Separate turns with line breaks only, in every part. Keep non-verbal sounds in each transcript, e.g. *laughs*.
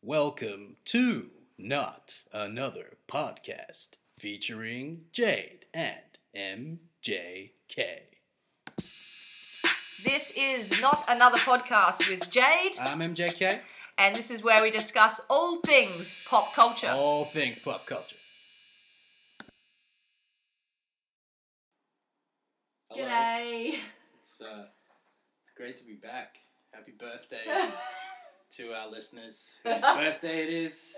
Welcome to Not Another Podcast featuring Jade and MJK.
This is Not Another Podcast with Jade,
I'm MJK,
and this is where we discuss all things pop culture.
all things pop culture. Hello.
G'day.
It's, uh, it's great to be back. Happy birthday
*laughs*
to our listeners whose birthday it is.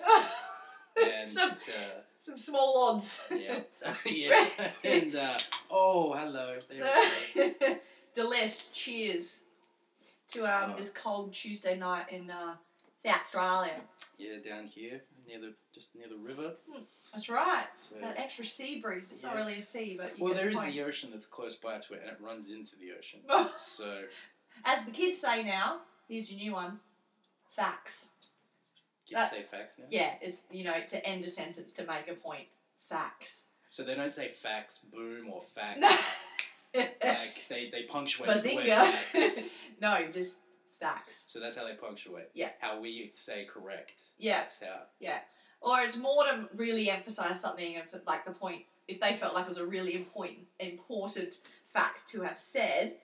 And,
*laughs* some,
uh,
some small odds. *laughs*
yeah. *laughs* yeah. And, uh, oh, hello. There it is.
Delish, cheers to um,
Oh.
this cold Tuesday night in uh, South Australia.
Yeah, down here, near the just near the river.
That's right.
So-
That extra sea breeze. It's not really a
Yes.
sea, but you
Well,
get
there is
point.
the uh, ocean that's close by to it, and it runs into the ocean. so
*laughs* As the kids say now, here's your new one. Facts.
can you
That-
say facts now?
Yeah, it's you know to end a sentence to make a point.
*laughs*
Facts.
So they don't say facts, boom, or facts. *laughs*
no,
like they, they punctuate the word
Bazinga. *laughs*
facts.
just facts.
So that's how they punctuate.
Yeah.
How we say correct.
Yeah,
That's how.
or it's more to really emphasize something and for, like the point if they felt like it was a really important important fact to have said.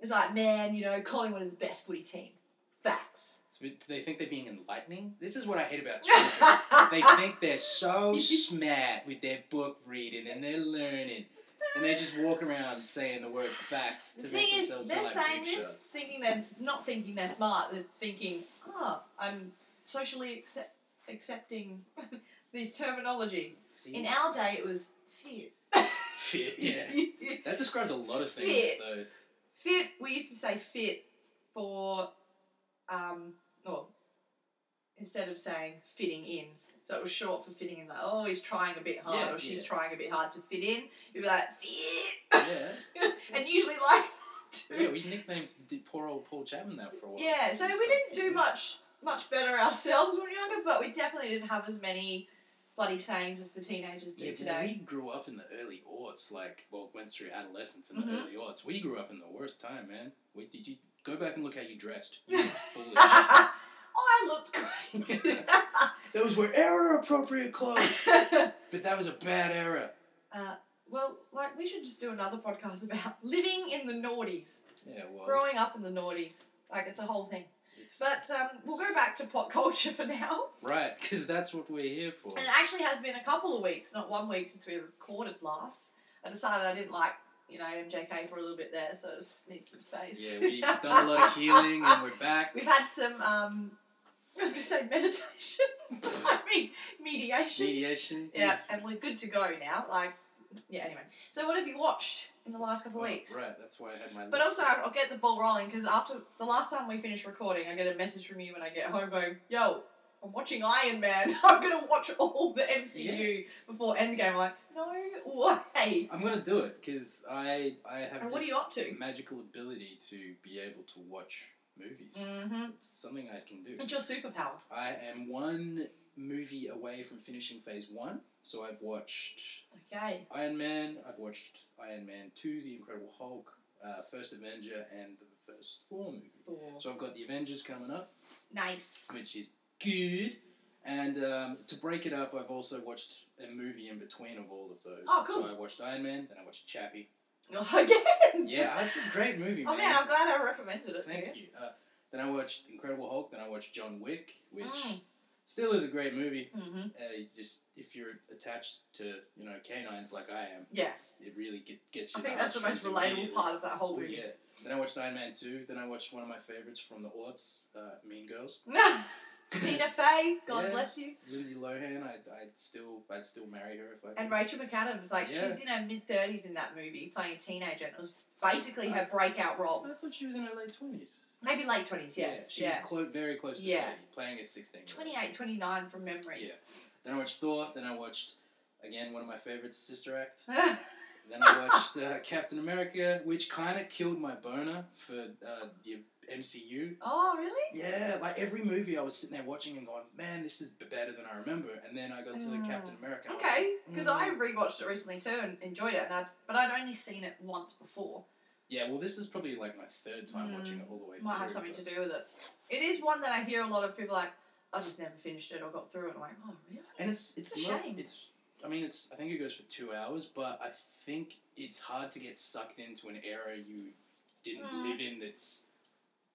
It's like, man, you know, Collingwood is the best footy team. Facts.
So we- do they think they're being enlightening? This is what I hate
*laughs*
about children. they think they're so smart with their book reading and they're learning, and they just walk around saying the word facts to
The
make
thing is,
themselves
they're
sound like
saying
big
this,
shots.
thinking they're not thinking they're smart. They're thinking, oh, I'm socially accept- accepting *laughs* these terminology.
See?
In our day, it was fit.
Shit, *laughs* yeah. That described a lot of things,
Fit.
though.
*laughs* fit. We used to say fit for, um, well, instead of saying fitting in. So it was short for fitting in. Like, oh, he's trying a bit hard,
Yeah,
or she's
yeah.
trying a bit hard to fit in. You'd be like
*laughs*
fit,
Yeah.
and usually like. that too.
Yeah, we nicknamed the poor old Paul Chapman that for a while.
Yeah, so
He's
we
got
didn't do
feelings.
much much better ourselves when we were younger, but we definitely didn't have as many bloody sayings as the teenagers do
Yeah, but
today.
we grew up in the early aughts, like, well, went through adolescence in the
Mhm.
early aughts. We grew up in the worst time, man. We, did you go back and look how you dressed? You
*laughs*
looked foolish.
I looked great.
Those were era appropriate clothes, *laughs*
*laughs*
but that was a bad era.
well, like we should just do another podcast *laughs* about living in the noughties,
Yeah, well,
growing up in the noughties. Like it's a whole thing.
it's,
But um, we'll go back to pop culture *laughs* for now.
right, because that's what we're here for.
And it actually has been a couple of weeks, not one week since we recorded last. I decided I didn't like, you know, MJK for a little bit there, so I just need some space.
Yeah, we've done
*laughs*
a lot of healing and we're back.
We've had some, um, I was going to say meditation. *laughs* I mean, mediation.
Mediation.
yeah, and we're good to go now. Like, yeah, anyway. So, what have you watched in the last couple
Oh,
of weeks?
Right, that's why I had my
But
list.
also, I'll I'll get the ball rolling because after the last time we finished recording, I get a message from you when I get home going, yo, I'm watching Iron Man. *laughs* I'm going to watch all the MCU before Endgame. I'm like, no way.
I'm gonna do it because I I have
And what are
this
you up to?
magical ability to be able to watch movies.
Mm-hmm.
It's something I can do.
It's your superpower.
I am one movie away from finishing phase one, so I've watched
Okay.
Iron Man, I've watched Iron Man Two, The Incredible Hulk, uh, First Avenger, and the first Thor movie.
Four.
So I've got the Avengers coming up,
Nice.
which is good. And um, to break it up, I've also watched a movie in between of all of those.
Oh, cool.
So I watched Iron Man, then I watched Chappie.
*laughs* Again.
Yeah, that's a great movie, man.
Oh man, I'm glad I recommended it to you.
Thank you. Uh, then I watched Incredible Hulk. Then I watched John Wick, which
Mm.
still is a great movie.
Mm-hmm.
Uh, you just if you're attached to you know canines like I am,
Yeah.
it's- it really get, gets you.
I think that's the most
heartstrings
relatable
immediately.
part of that whole
Oh,
movie.
yeah. Then I watched Iron Man two. Then I watched one of my favorites from the aughts, uh, Mean Girls.
*laughs* Tina Fey, God
Yeah.
bless you.
Lindsay Lohan, I'd, I'd still I'd still marry her if I.
And
could.
Rachel McAdams, like
Yeah.
she's in her mid thirties in that movie, playing a teenager, and it was basically her
I-
breakout role.
I thought she was in her late twenties.
Maybe late twenties, yes,
she
yeah.
was clo- very close to
Yeah.
30, playing a sixteen.
28, 29 from memory.
Then I watched Thor. Then I watched, again, one of my favorites, Sister Act.
Yeah.
Then I watched uh, *laughs* Captain America, which kind of killed my boner for uh, the MCU.
*laughs* oh, really?
Yeah, like every movie I was sitting there watching and going, man, this is b- better than I remember. And then I got to
Mm.
Captain America. and I was like,
Okay, because I rewatched it recently too and enjoyed it, and I but I'd only seen it once before.
yeah, well, this is probably like my third time
Mm.
watching it all the way
Might
through.
have something to
but-
do with it. It is one that I hear a lot of people like. I just never finished it or got through it. I'm like, oh, really?
And it's it's
It's a
not-
shame.
it's I mean it's I think it goes for two hours, but I think it's hard to get sucked into an era you didn't
Mm.
live in that's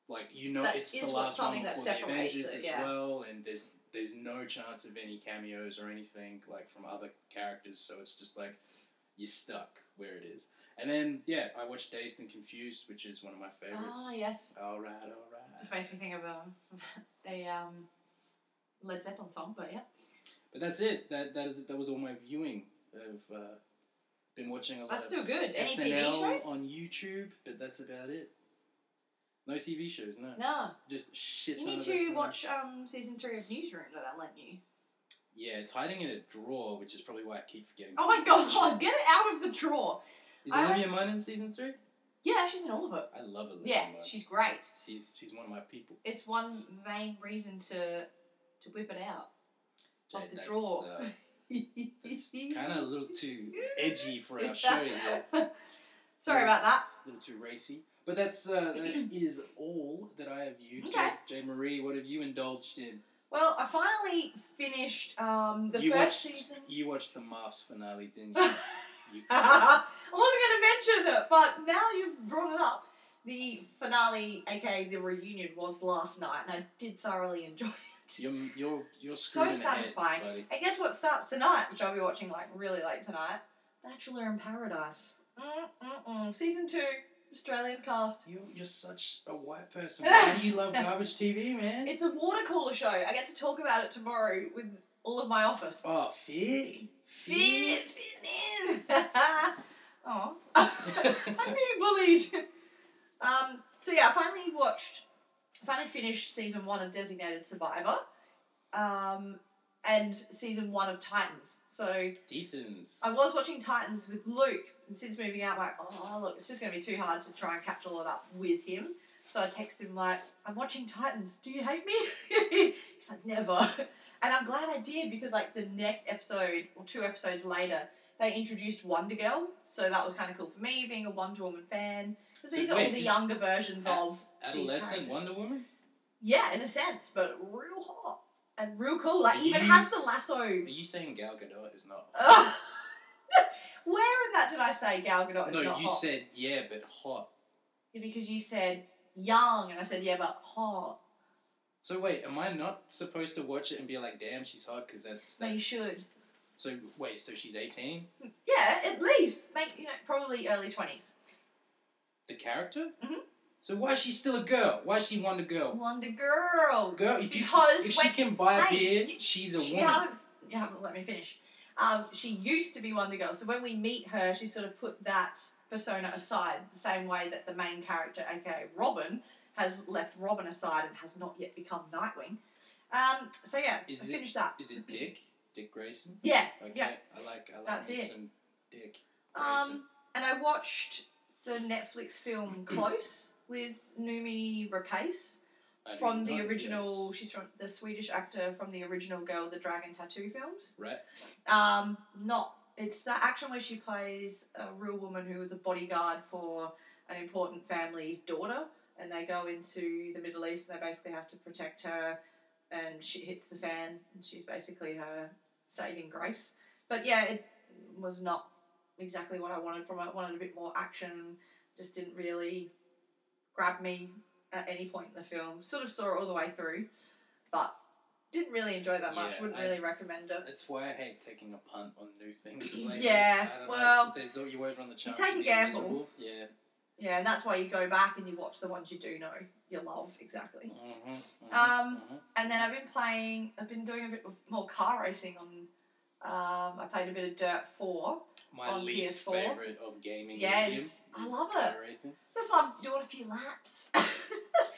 like you know
That
it's the
is what-
last one
something that
before the
separates
Avengers
it,
as
yeah.
well and there's there's no chance of any cameos or anything like from other characters, so it's just like you're stuck where it is. And then yeah, I watched Dazed and Confused, which is one of my favorites.
Ah, yes.
All right,
Just
all right.
makes me think of um, *laughs* a um, Led Zeppelin song, but yeah.
But that's it. That that is that was all my viewing of. Uh, been watching a lot.
Oh, That's
of
still good. Any TV
SNL
shows?
on YouTube, but that's about it. No TV shows, no.
no.
Just shit.
You
ton
need
of
to
SNL.
watch um, season three of Newsroom that I lent you.
Yeah, it's hiding in a drawer, which is probably why I keep forgetting.
Oh my *laughs* god, get it out of the drawer.
Is
I-
Olivia Munn in season three?
Yeah, she's in all of it.
I love Olivia
Yeah,
Munn.
she's great.
She's she's one of my people.
It's one main reason to to whip it out. Of
Jade,
the
that's,
drawer. *laughs*
Uh, that's kind of a little too edgy for our show. Yeah.
*laughs* Sorry about that.
A little too racy. But that's uh, that
*clears throat*
is all that I have viewed.
Okay.
Jade, Jade Marie, what have you indulged in?
Well, I finally finished um, the
you
first
watched,
season.
You watched the Muffs finale, didn't you?
*laughs* I
you
wasn't going to mention it, but now you've brought it up. The finale, aka the reunion, was last night, and I did thoroughly enjoy *laughs* it.
You're you're you're
So
screwing ahead,
satisfying.
buddy.
I guess what starts tonight, which I'll be watching like really late tonight, Bachelor in Paradise. Mm-mm-mm. Season two, Australian cast.
You you're such a white
*laughs*
person. Why do you love garbage TV, man?
It's a water cooler show. I get to talk about it tomorrow with all of my office.
oh, fit,
Fit, fit in. *laughs* oh, *laughs* I'm being bullied. Um, so yeah, I finally watched, I finally finished season one of Designated Survivor, um, and season one of Titans. So
Deetons.
I was watching Titans with Luke, and since moving out, I'm like, oh look, it's just gonna be too hard to try and catch all of that with him. So I text him like, I'm watching Titans. Do you hate me? *laughs* He's like, never. *laughs* And I'm glad I did because like the next episode or two episodes later, they introduced Wonder Girl. So that was kind of cool for me, being a Wonder Woman fan. 'Cause
So
these are
wait,
all the
is-
younger versions of
Adolescent
characters.
Wonder Woman.
yeah, in a sense, but real hot and real cool. Like even
You-
has the lasso
Are you saying Gal Gadot is
*laughs*
not?
Ugh. Where in that did I say Gal Gadot is
no,
not
you
hot?
said yeah, but hot.
because you said young, and I said yeah, but hot.
So wait, am I not supposed to watch it and be like, damn, she's hot? Because that's,
No,
that's
you should.
so. Wait, so she's eighteen.
Yeah, at least make you know probably early twenties.
The character.
Mhm.
So why is she still a girl? Why is she Wonder Girl?
Wonder Girl.
Girl, if you
Because
if she
when-
can buy a
hey,
beard,
you-
she's a
she
woman.
haven't you haven't let me finish. Um, she used to be Wonder Girl, so when we meet her, she sort of put that persona aside, the same way that the main character, aka Robin, has left Robin aside and has not yet become Nightwing. Um, so yeah,
Is
I
it-
finished that.
Is it Dick? Dick Grayson?
Yeah,
Okay.
yeah.
I like I like
That's
me
it.
some Dick Grayson.
Um, and I watched the
*clears throat*
Netflix film Close with Numi Rapace
I did
from the
not know
original.
this.
She's from the Swedish actor from the original Girl with the Dragon Tattoo films.
Right.
Um, not it's the action where she plays a real woman who was a bodyguard for an important family's daughter, and they go into the Middle East and they basically have to protect her, and she hits the fan, and she's basically her saving grace. But yeah, it was not exactly what I wanted from it. I wanted a bit more action, just didn't really grab me at any point in the film. Sort of saw it all the way through, but didn't really enjoy it that much.
Yeah,
Wouldn't
I-
really recommend it.
That's why I hate taking a punt on new things.
*laughs*
Like,
Yeah,
I don't know.
well,
There's al- you always run the chance.
take
of
a
being
gamble.
miserable. Yeah.
Yeah, and that's why you go back and you watch the ones you do know you love exactly.
Mm-hmm,
Um, And then I've been playing, I've been doing a bit of more car racing on. Um, I played a bit of Dirt Four.
my
on
least
PS4.
favorite of gaming.
Yes,
medium
I
is
love it.
car Racing.
Just love doing a few laps.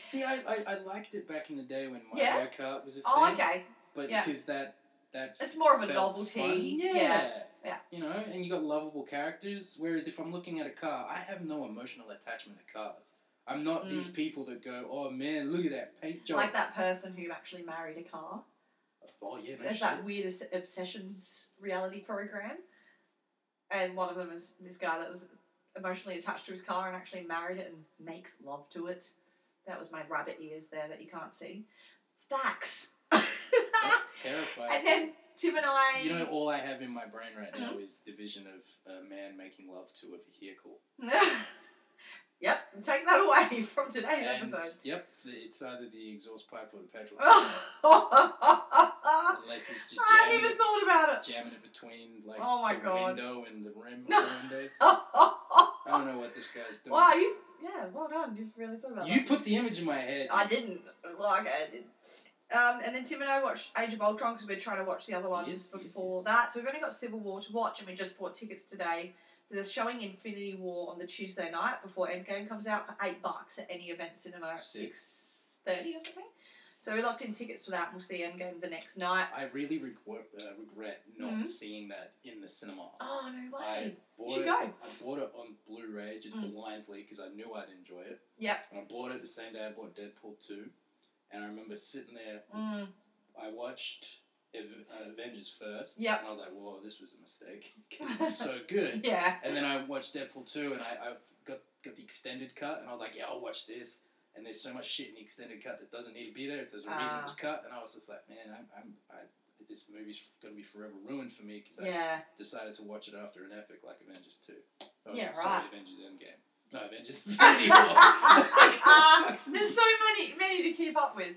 See, I, I, I liked it back in the day when my
Yeah?
Kart was a thing.
oh, okay.
But
yeah.
because that that
It's more of a
felt
novelty.
fun.
yeah.
yeah.
Yeah.
You know, and you got lovable characters. Whereas if I'm looking at a car, I have no emotional attachment to cars. I'm not these people that go, oh man, look at that paint job.
Mm. Like that person who actually married a car.
Oh yeah, no
There's
shit.
that weird obs- obsessions reality program, and one of them is this guy that was emotionally attached to his car and actually married it and makes love to it. That was my rabbit ears there that you can't see. Facts. *laughs*
terrified.
And then Tim and I. Mm-hmm.
you know, all I have in my brain right now is the vision of a man making love to a vehicle.
*laughs* yep, take that away from today's
And, *laughs*
episode. *laughs*
yep, the- it's either the exhaust pipe or the petrol. tank,
I
unless he's just
hadn't
jamming
even
it,
thought about it. *laughs*
jamming it between like
Oh my
the
God.
window and the rim. of
No.
the window. I don't know what this guy's doing.
wow, you. Yeah, well done. You've really thought about
You
that.
put the image in my head.
I didn't. Well, okay, I did. Um, and then Tim and I watched Age of Ultron because we're trying to watch the other ones
Yes, yes,
before
yes.
that. So we've only got Civil War to watch, and we just bought tickets today. They're showing Infinity War on the Tuesday night before Endgame comes out for eight bucks at any event cinema at
Sick.
six thirty or something. So we locked in tickets for that, and we'll see Endgame the next night.
I really regret, uh, regret not
Mhm.
seeing that in the cinema.
Oh no
I
way! You
bought
should
it.
go.
I bought it on Blu-ray just
Mm.
blindly because I knew I'd enjoy it.
Yep.
And I bought it the same day I bought Deadpool two, and I remember sitting there.
Mm.
I watched Ev- uh, Avengers first.
Yep.
And I was like, whoa, this was a mistake.
*laughs*
'cause it was so good.
Yeah.
And then I watched Deadpool 2 and I, I got, got the extended cut and I was like, yeah, I'll watch this. And there's so much shit in the extended cut that doesn't need to be there. If there's a reason
Ah.
it was cut. And I was just like, man, I'm, I'm, I, this movie's going to be forever ruined for me because
Yeah.
I decided to watch it after an epic like Avengers 2. Oh,
Yeah,
sorry,
right.
Avengers Endgame. No,
*laughs*
Avengers Infinity War.
There's so many, many to keep up with.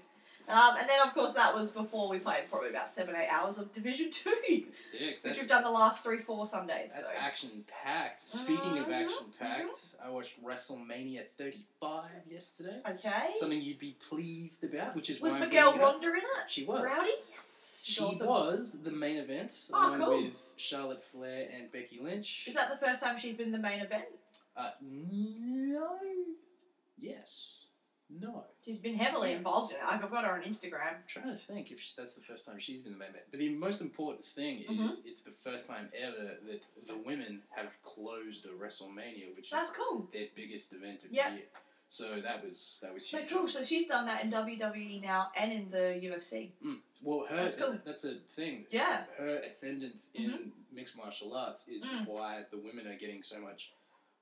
Um, and then, of course, that was before we played probably about seven, eight hours of Division Two,
Sick.
which
That's
we've done the last three, four Sundays.
That's
so.
action packed. Speaking of
Mhm,
action packed,
mm-hmm.
I watched WrestleMania 35 yesterday.
okay.
Something you'd be pleased about, which is
was
why I'm
Miguel
bringing it up.
Ronda in it?
She was.
Rowdy? Yes. She's
She
awesome.
was the main event,
Oh,
along
cool.
with Charlotte Flair and Becky Lynch.
Is that the first time she's been the main event?
uh, no. Yes. No.
She's been heavily involved in it. I've got her on Instagram.
I'm trying to think if she, that's the first time she's been the main event. But the most important thing
Mm-hmm.
is it's the first time ever that the women have closed a WrestleMania, which is
That's cool.
their biggest event of
Yep.
the year. So that was that was
So
huge.
cool. So she's done that in WWE now and in the UFC.
Well, her
That's
that's,
cool.
a thing.
Yeah.
Her ascendance in mixed martial arts is
Mm-hmm. Mm.
why the women are getting so much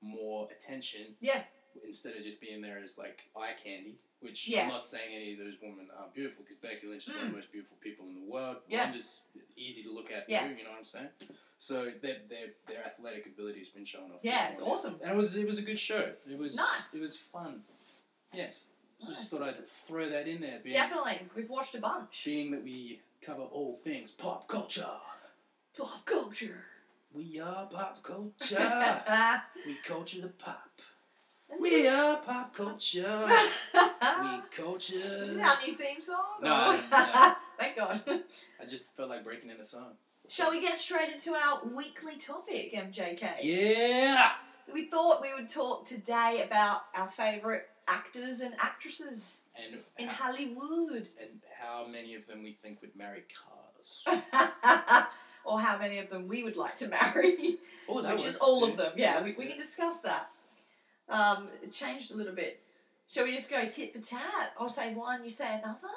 more attention.
Yeah.
Instead of just being there as like eye candy, which
Yeah. Mm.
I'm not saying any of those women are beautiful because Becky Lynch is one of the most beautiful people in the world.
Yeah.
Ronda's easy to look at
Yeah.
too. You know what I'm saying? So their their their athletic ability has been shown off.
Yeah, it's awesome.
And it was it was a good show. It was
Nice.
It was fun. Yes. So I
Nice.
just thought I'd throw that in there. Being,
Definitely. We've watched a bunch.
being that we cover all things pop culture.
Pop culture.
We are pop
*laughs*
culture. we culture the pop. We are pop
*laughs*
culture. we culture.
This is our new theme song.
No, I don't know.
*laughs* Thank God.
I just felt like breaking in a song.
Shall we get straight into our weekly topic, MJK?
Yeah.
So we thought we would talk today about our favourite actors and actresses
And
in
how, *laughs*
Hollywood, *laughs*
and how many of them we think would marry cars?
or how many of them we would like
*laughs*
to marry,
Oh, that
which is
works
all
too.
of them. Yeah, we, we
Yeah.
can discuss that. Um, it changed a little bit. Shall we just go tit for tat? I'll say one, you say another.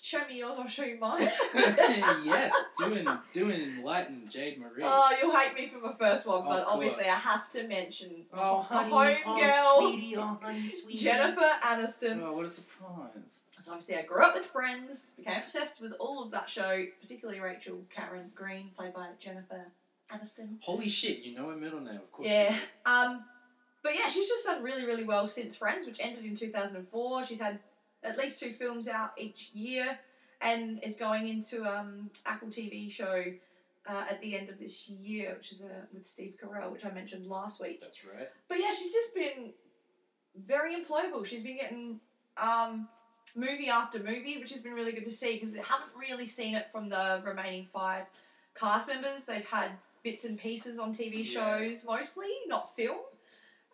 Show me yours, I'll show you
*laughs*
mine.
*laughs*
*laughs*
yes, doing doing enlightened Jade Marie.
Oh, you'll hate me for my first one,
Of
but obviously I
course.
have to mention
Oh, honey,
homegirl.
oh, sweetie, oh,
*laughs*
honey, sweetie.
Jennifer Aniston.
Oh, what is the prize?
So obviously I grew up with Friends, became obsessed with all of that show, particularly Rachel Karen Green, played by Jennifer Aniston.
Holy shit, you know her middle name, of course.
Yeah.
you do.
Um, but yeah, she's just done really, really well since Friends, which ended in 2004. She's had at least two films out each year and is going into um, Apple TV show uh, at the end of this year, which is uh, with Steve Carell, which I mentioned last week.
That's right.
But yeah, she's just been very employable. She's been getting um, movie after movie, which has been really good to see because I haven't really seen it from the remaining five cast members. They've had bits and pieces on
Yeah.
TV shows mostly, not film,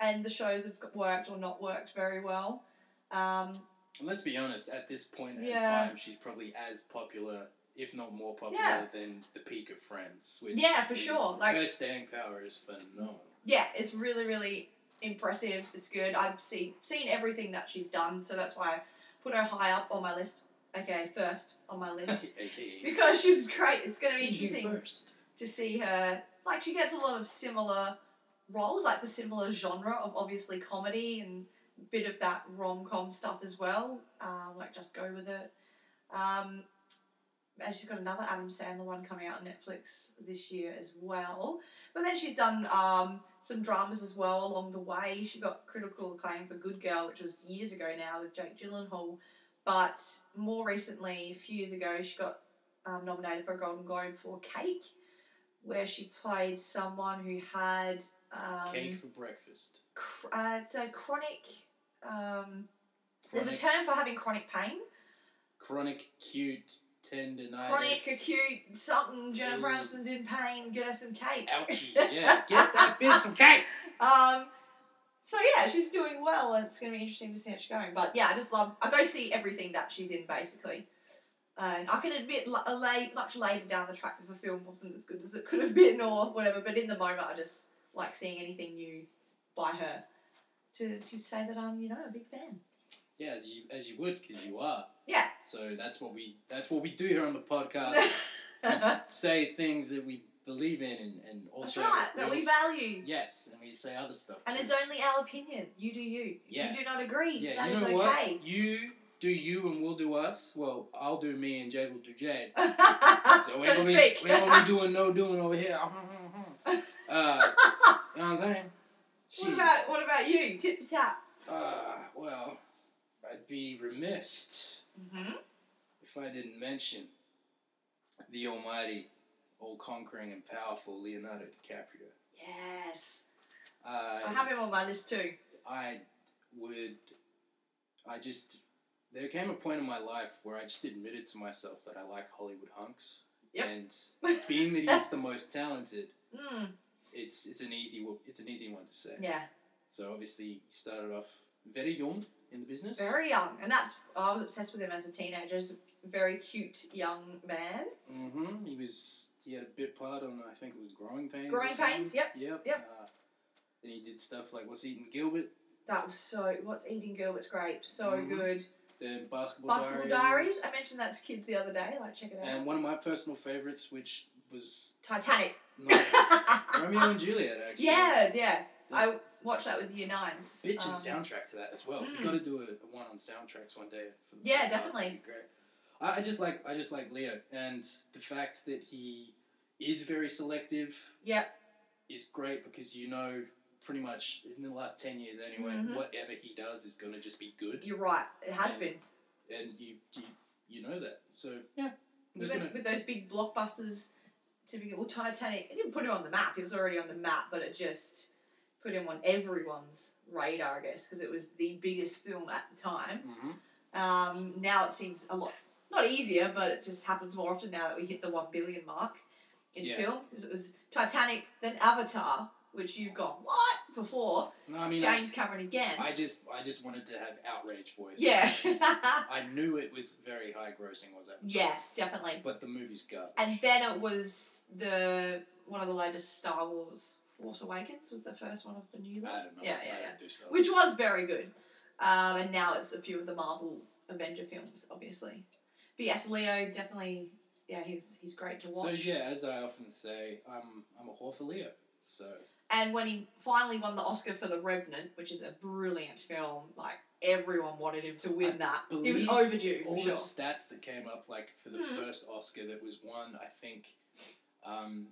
and the shows have worked or not worked very well. Um,
And let's be honest, at this point in
Yeah.
time, she's probably as popular, if not more popular,
Yeah.
than the peak of Friends. Which
Yeah, for
is-
sure, like-
her staying power is phenomenal.
yeah, it's really, really impressive. It's good. I've seen seen everything that she's done, so that's why I put her high up on my list. Okay, first on
*laughs*
my list.
AKA.
Because she's great. It's going to
see
be
you
interesting.
First.
to see her like she gets a lot of similar roles like the similar genre of obviously comedy and a bit of that rom-com stuff as well uh, like just go with it um, And she's got another Adam Sandler one coming out on Netflix this year as well. But then she's done um, some dramas as well along the way. She got critical acclaim for Good Girl, which was years ago now with Jake Gyllenhaal. But more recently, a few years ago, she got um, nominated for a Golden Globe for Cake, where she played someone who had um,
Cake for breakfast.
cr- uh, it's a chronic. Um, There's a
Chronic-
term for having chronic pain.
Chronic cute tendonitis.
Chronic, acute, something. Jennifer
Ooh.
Aniston's in pain. Get her some cake.
Ouchie.
*laughs*
Yeah, get that bitch some cake.
Um, so yeah, she's doing well, and it's going to be interesting to see how she's going. But yeah, I just love. I go see everything that she's in basically, Uh, and I can admit l- a late, much later down the track that the film wasn't as good as it could have been or whatever. But in the moment, I just like seeing anything new by her to to say that I'm you know a big fan.
Yeah, as you as you would, because you are.
Yeah.
So that's what we that's what we do here on the podcast.
*laughs*
say things that we believe in, and, and
That's
also
right. That we
also-
value.
Yes, and we say other stuff.
And
too.
it's only our opinion. You do you.
Yeah.
You do not agree.
yeah,
that
you
is
know
okay.
what? You do you, and we'll do us. Well, I'll do me, and Jay will do Jay.
*laughs*
So,
Ah, so,
we ain't
to
gonna be-
speak.
we
*laughs*
ain't gonna be doing no doing over here. *laughs* Uh, you know what I'm saying?
What
Jeez.
about what about you? Tip for tap.
Uh, well, I'd be remiss
Mm-hmm.
if I didn't mention the almighty, all conquering and powerful Leonardo DiCaprio. Uh,
Yes. I
I,
have him on my list too.
I would, I just, there came a point in my life where I just admitted to myself that I like Hollywood hunks.
Yep.
And being that he's the most talented,
*laughs* Mm.
it's it's an easy wo- it's an easy one to say.
Yeah.
So obviously he started off very young in the business.
Very young, and that's I was obsessed with him as a teenager. He's a very cute young man.
Mm-hmm. He was he had a bit part on I think it was Growing Pains. or
Growing Pains,
something.
yep,
Yep.
yep.
Uh, then he did stuff like What's Eating Gilbert,
That was so. What's eating Gilbert's grape? So
Mhm.
good.
the Basketball,
Basketball Diaries. I mentioned that to kids the other day. Like check it out.
and one of my personal favorites, which was
Titanic.
not
*laughs*
Romeo and Juliet actually.
yeah, yeah. I watched that with year nines.
Bitchin'
Um,
soundtrack to that as well.
Mm.
We've got to do a, a one on soundtracks one day. For the
Yeah,
podcast.
definitely.
It'd be great. I, I just like I just like Leo, and the fact that he is very selective
Yep.
is great because you know pretty much in the last ten years anyway,
Mhm.
whatever he does is gonna just be good,
You're right. It has
And-
been
and you you, you know that. So yeah, I'm
with,
just gonna.
with those big blockbusters. To begin, well, Titanic. It didn't put him on the map. It was already on the map, but it just put him on everyone's radar, I guess, because it was the biggest film at the time.
hmm
Um, now it seems a lot not easier, but it just happens more often now that we hit the one billion mark in
Yeah.
film. 'Cause it was Titanic, then Avatar, which you've gone what before
No, I mean, I,
James Cameron again.
I just I just wanted to have outrage voice.
yeah,
*laughs*
*laughs*
I knew it was very high grossing, was it?
yeah, definitely.
But the movie's garbage.
And then it was the one of the latest Star Wars Force Awakens was the first one of the new
I
lot.
don't know.
Yeah,
I
yeah,
don't
yeah.
do stuff.
Which was very good. Um, and now it's a few of the Marvel Avenger films, obviously. But yes, Leo definitely yeah, he's he's great to watch.
So yeah, as I often say, I'm I'm a whore for Leo. So
And when he finally won the Oscar for The Revenant, which is a brilliant film, like everyone wanted him to win that. He was
believe
overdue for
all
sure.
the stats that came up, like for the
Mhm.
first Oscar that was won, I think, um,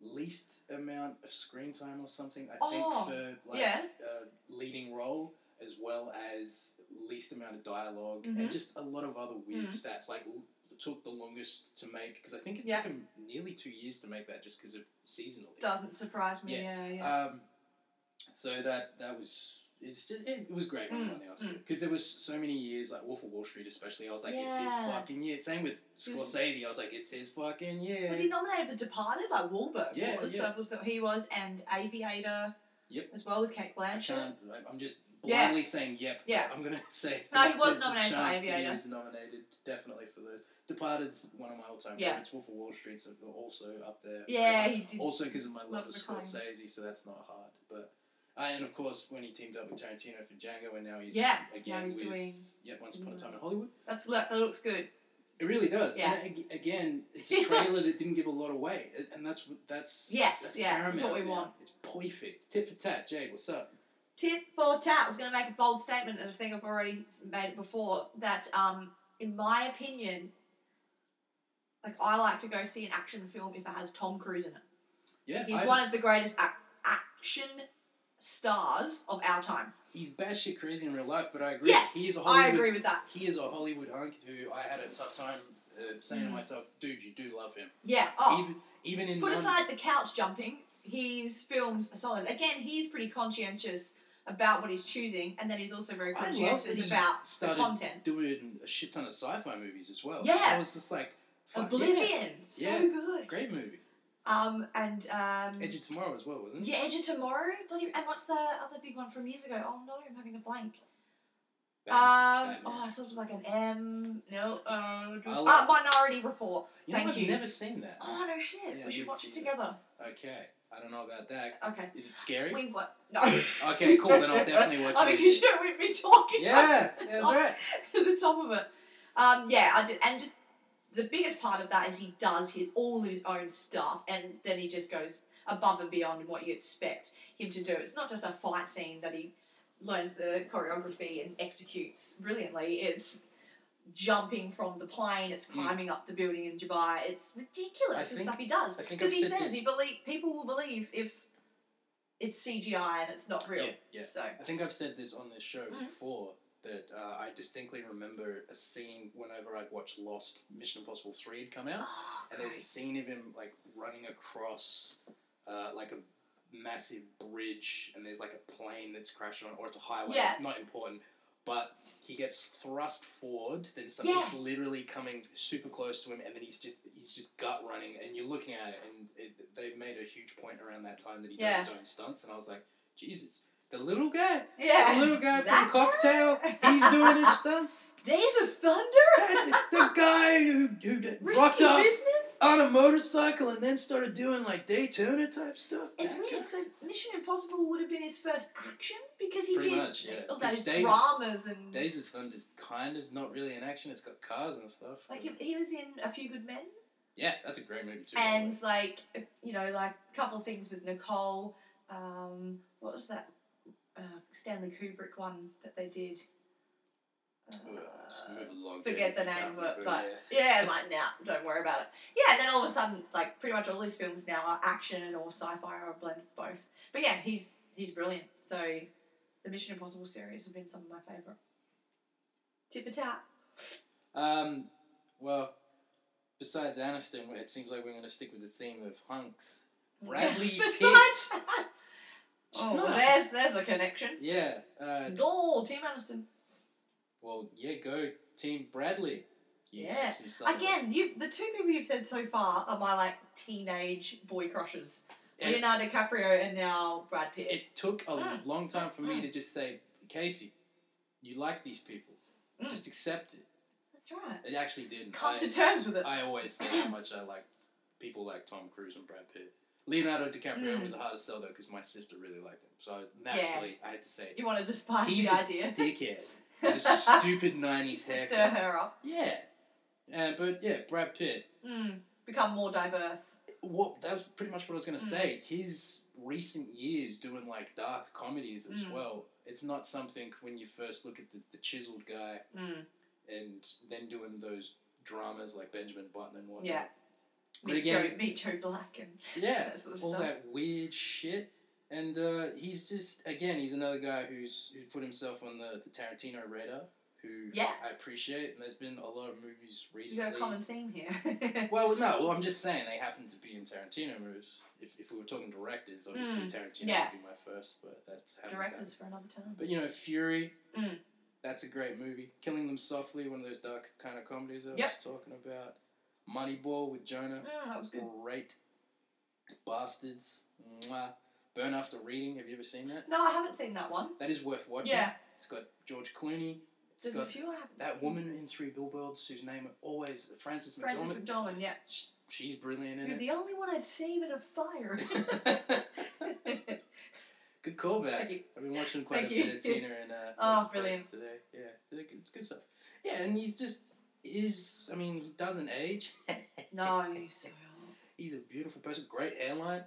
least amount of screen time or something. I
Oh,
think for like
yeah.
uh, leading role as well as least amount of dialog
Mhm.
and just a lot of other weird
Mm.
stats. Like l- took the longest to make because I think it
Yeah.
took him nearly two years to make that just because of seasonally.
Doesn't surprise me, yeah, yeah.
Um, so that that was it's just it, it was great when we
Mm,
won the Oscar because there was so many years like Wolf of Wall Street especially. I was like, it's his
Yeah.
fucking year. Same with
He was-
Scorsese. I was like, it's his fucking year.
Was he nominated for Departed? Like Wahlberg
Yeah,
was.
yeah.
So that he was, and Aviator.
Yep.
As well with Kate
I
Blanchett.
can't. I- I'm just
Yeah.
blindly saying yep.
Yeah.
I'm gonna *laughs* say.
No, he
there's-
was
there's a
nominated for
chance that
Aviator.
He was nominated definitely for those. Departed's one of my all-time
Yeah.
favorites. Wolf of Wall Street's also up there.
Yeah, he did.
Also, because of my love
Love
of
the kind.
Scorsese, so that's not hard. But uh, and of course, when he teamed up with Tarantino for Django, and now he's
Yeah,
again
now he's
with
doing-
yeah, Once Upon a
Mm.
Time in Hollywood.
That's look, that looks good.
It really does.
Yeah.
And ag- again, it's
*laughs*
a trailer that didn't give a lot away, A- and that's that's
Yes,
that's
yeah, that's
paramount
what we
now.
want.
It's perfect. Tit for tat, Jade. What's up?
Tip for tat. I was going to make a bold statement, and I think I've already made it before. That, um, in my opinion, Like I like to go see an action film if it has Tom Cruise in it.
Yeah,
He's
I-
one of the greatest ac- action stars of our time.
he's batshit crazy in real life, but I agree.
Yes,
he is a Hollywood.
I agree with that.
He is a Hollywood hunk who I had a tough time uh, saying to
Mm.
myself, dude, you do love him.
Yeah. Oh,
Even even in
put
non-
aside the couch jumping, his films are solid. Again, he's pretty conscientious about what he's choosing, and then he's also very
I love that
conscientious
he
about the
started
content.
doing a shit ton of sci-fi movies as well.
Yeah.
I was just like, fuck yeah,
Oblivion,
Yeah.
so good.
great movie.
Um, and um,
Edge of Tomorrow as well, wasn't it?
yeah, Edge of Tomorrow. Bloody, and what's the other big one from years ago? Oh no, I'm having a blank. Um,
Batman.
oh, I sort of like an M. No, uh,
I
uh,
like-
Minority Report.
you know,
thank
I've
you.
never seen that.
Oh no, shit.
Yeah,
we should
you've
watch it
seen it.
together.
Okay, I don't know about that.
Okay.
Is it scary?
We *laughs* what? No.
Okay, cool. Then I'll
*laughs*
definitely watch
I mean,
it.
because you know, we'd be talking.
yeah,
like,
that's right.
at *laughs* the top of it. Um, yeah, I did, and just the biggest part of that is he does his, all of his own stuff, and then he just goes above and beyond what you expect him to do. It's not just a fight scene that he learns the choreography and executes brilliantly. It's jumping from the plane, it's
Mm.
climbing up the building in Dubai. It's ridiculous
I
the
think-
stuff he does
I think I've
because he
said
says
this.
he believe people will believe if it's CGI and it's not real.
Yeah, yeah.
So
I think I've said this on this show
Mhm.
before that uh, I distinctly remember a scene whenever I'd watched Lost, Mission Impossible 3 had come out,
oh,
and there's a
Christ.
scene of him like running across uh, like a massive bridge, and there's like a plane that's crashing on, or it's a highway,
Yeah.
not important, but he gets thrust forward, then something's literally coming super close to him, and then he's just he's just gut running, and you're looking at it, and it, they made a huge point around that time that he
Yeah.
does his own stunts, and I was like, Jesus. The little guy,
yeah,
the little guy
That
from Cocktail, he's doing his stunts.
*laughs* Days of Thunder.
The, the guy who, who d-
Risky
rocked up
business?
on a motorcycle and then started doing like Daytona type stuff.
It's
That
weird.
guy-
So Mission Impossible would have been his first action because he
Pretty
did
much, yeah.
all
'Cause
those
Days-
dramas and
Days of Thunder's kind of not really an action. It's got cars and stuff.
like he, he was in A Few Good Men
yeah, that's a great movie too. by the
and
way.
like you know like a couple of things with Nicole. Um, what was that uh, Stanley Kubrick one that they did? Uh,
Well, just move along,
*sighs*
Jamie,
forget the
you
name
can't
of it,
remember,
but-
yeah.
yeah, I'm like now don't worry about it. Yeah, and then all of a sudden, like pretty much all his films now are action and or sci-fi or a blend of both. But yeah, he's he's brilliant. So the Mission Impossible series have been some of my favourite. Tip for tat.
Um, well, besides Aniston, it seems like we're going to stick with the theme of hunks.
*laughs*
Bradley
Besides.
*laughs* She's
oh,
not
well,
a-
there's there's a connection.
Yeah. Uh,
Oh, Tim Aniston.
well, yeah. Go Team Bradley. You
Yeah.
handsome son of a-
Again, you the two people you've said so far are my like teenage boy crushes.
Yeah.
Leonardo DiCaprio and now Brad Pitt.
it took a
Mm.
long time for me
Mm.
to just say, Casey, you like these people.
Mm.
Just accept it.
That's right.
It actually didn't.
Come
I,
to terms with it.
I always say how much I like people like Tom Cruise and Brad Pitt. Leonardo DiCaprio
Mm.
was the hardest sell though because my sister really liked him. So I, naturally, I had to say,
you want to despise
He's
the
a
idea.
dickhead.
*laughs*
The stupid 90s
Just to stir
haircut.
her up.
Yeah. Uh, but yeah, Brad Pitt.
Mm, become more diverse.
What that was pretty much what I was gonna
Mm.
say. His recent years doing like dark comedies as
Mm.
well. It's not something when you first look at the, the chiseled guy
Mm,
and then doing those dramas like Benjamin Button and whatnot.
Yeah.
But
meet,
again-
Joe, meet Joe Black and *laughs*
Yeah.
that sort of
all
stuff.
that weird shit. And uh, he's just again, he's another guy who's who's put himself on the, the Tarantino radar, who
Yeah.
I appreciate. And there's been a lot of movies
You got a
recently.
common theme here. *laughs*
well, no, well, I'm just saying they happen to be in Tarantino movies. If, if we were talking directors, obviously Tarantino
Hmm, yeah.
would be my first, but that's how
Directors for another time.
But you know, Fury,
Mm.
that's a great movie. Killing Them Softly, one of those dark kind of comedies I was
Yep.
talking about. Moneyball with Jonah,
Mm, that was good.
great. Bastards, Mwah. Burn After Reading. Have you ever seen that?
No, I haven't seen that one.
That is worth watching.
Yeah,
It's got George Clooney. It's
there's a
got
few I haven't
that
seen.
woman in Three Billboards whose name always Frances McDormand.
Frances McDormand, yeah.
Sh- She's brilliant in
You're the only one I'd save in a
*laughs*
*laughs* fire.
it. good callback.
Thank you.
I've been watching quite
Thank
a bit of
you.
Tina and uh,
Oh,
Lost Place
brilliant.
today. Yeah, it's good- it's good stuff. Yeah, and he's just is. I mean, he doesn't age. *laughs*
no, you so
He's a beautiful person. Great hairline.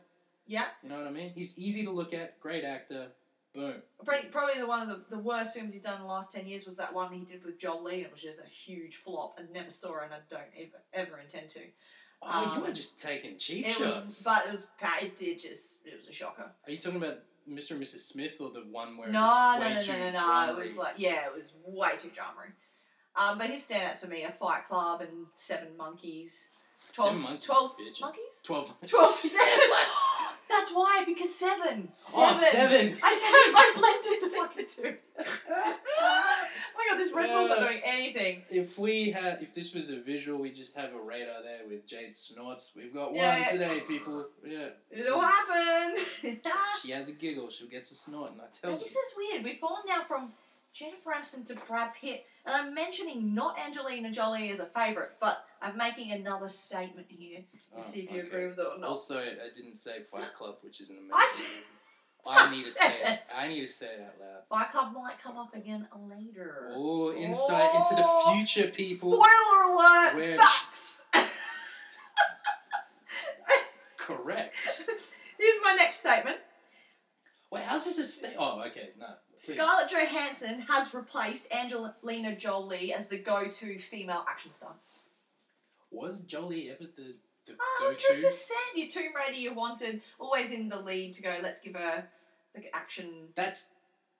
Yeah.
You know what I mean? He's easy to look at. Great actor. Boom.
Probably, probably the one of the, the worst films he's done in the last 10 years was that one he did with Joel Lee, and it was just a huge flop. I never saw it, and I don't ever, ever intend to.
Oh,
Um,
you were just taking cheap
It
shots.
was, but it was, it did just, it was a shocker.
Are you talking about Mr. and Mrs. Smith or the one where
No,
it's
no,
way
no,
too
no, no, no.
drama-y?
It was like, yeah, it was way too dramery. Um, but his standouts for me are Fight Club and Seven Monkeys. 12,
Seven Monkeys,
12
bitch.
Monkeys? *laughs*
12 *laughs*
12, seven. *laughs* That's why, because seven.
Oh, seven.
I said I blended the fucking two. *laughs* oh my god, this Red Bull's not doing anything.
If we had, if this was a visual, we just have a radar there with Jade snorts. We've got one
Yeah.
today, people. Yeah,
It'll happen. *laughs* this
she has a giggle. She gets a snort, and I tell you.
is weird. We've gone now from Jennifer Aniston to Brad Pitt, and I'm mentioning not Angelina Jolie as a favourite, but I'm making another statement here. You
Oh,
see if you
okay.
agree with it or not.
Also, I didn't say Fight Club, which is an amazing.
I said- *laughs*
movie.
I
I need to
said
say it.
it.
I need to say it out loud.
Fight Club might come up again later.
Oh, insight into the
Oh,
future, people.
Spoiler alert!
We're-
Facts! *laughs*
Correct.
*laughs* Here's my next statement.
Wait, how's this a sta- Oh, okay, no. please.
Scarlett Johansson has replaced Angelina Jolie as the go-to female action star.
Was Jolie ever the, the
A
go
hundred
to?
percent. Your Tomb Raider you wanted, always in the lead to go. Let's give her like action.
That's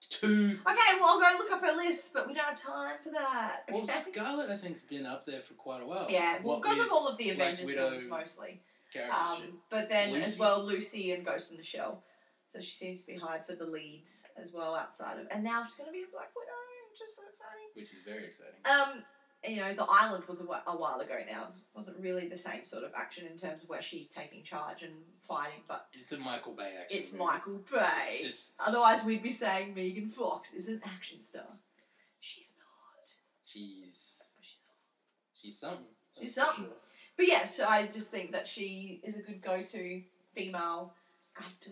two.
Okay, well I'll go look up her list, but we don't have time for that.
Well,
okay?
Scarlet, I think's been up there for quite a while.
yeah, well
What
because of
with
all of the
Black
Avengers
Widow
films mostly.
character
Um,
shit?
but then as
Lucy.
well Lucy and Ghost in the Shell. So she seems to be hired for the leads as well outside of, and now she's gonna be a Black Widow. Just so exciting.
which is very exciting.
Um, you know, the island was a wh- a while ago now. It wasn't really the same sort of action in terms of where she's taking charge and fighting, but
It's a Michael Bay action.
it's
movie.
Michael
It's
Bay.
just-
Otherwise, we'd be saying Megan Fox is an action star. She's not.
she's
But she's not.
she's something. that's
She's
for
something.
sure.
But yeah, so I just think that she is a good go-to female actor.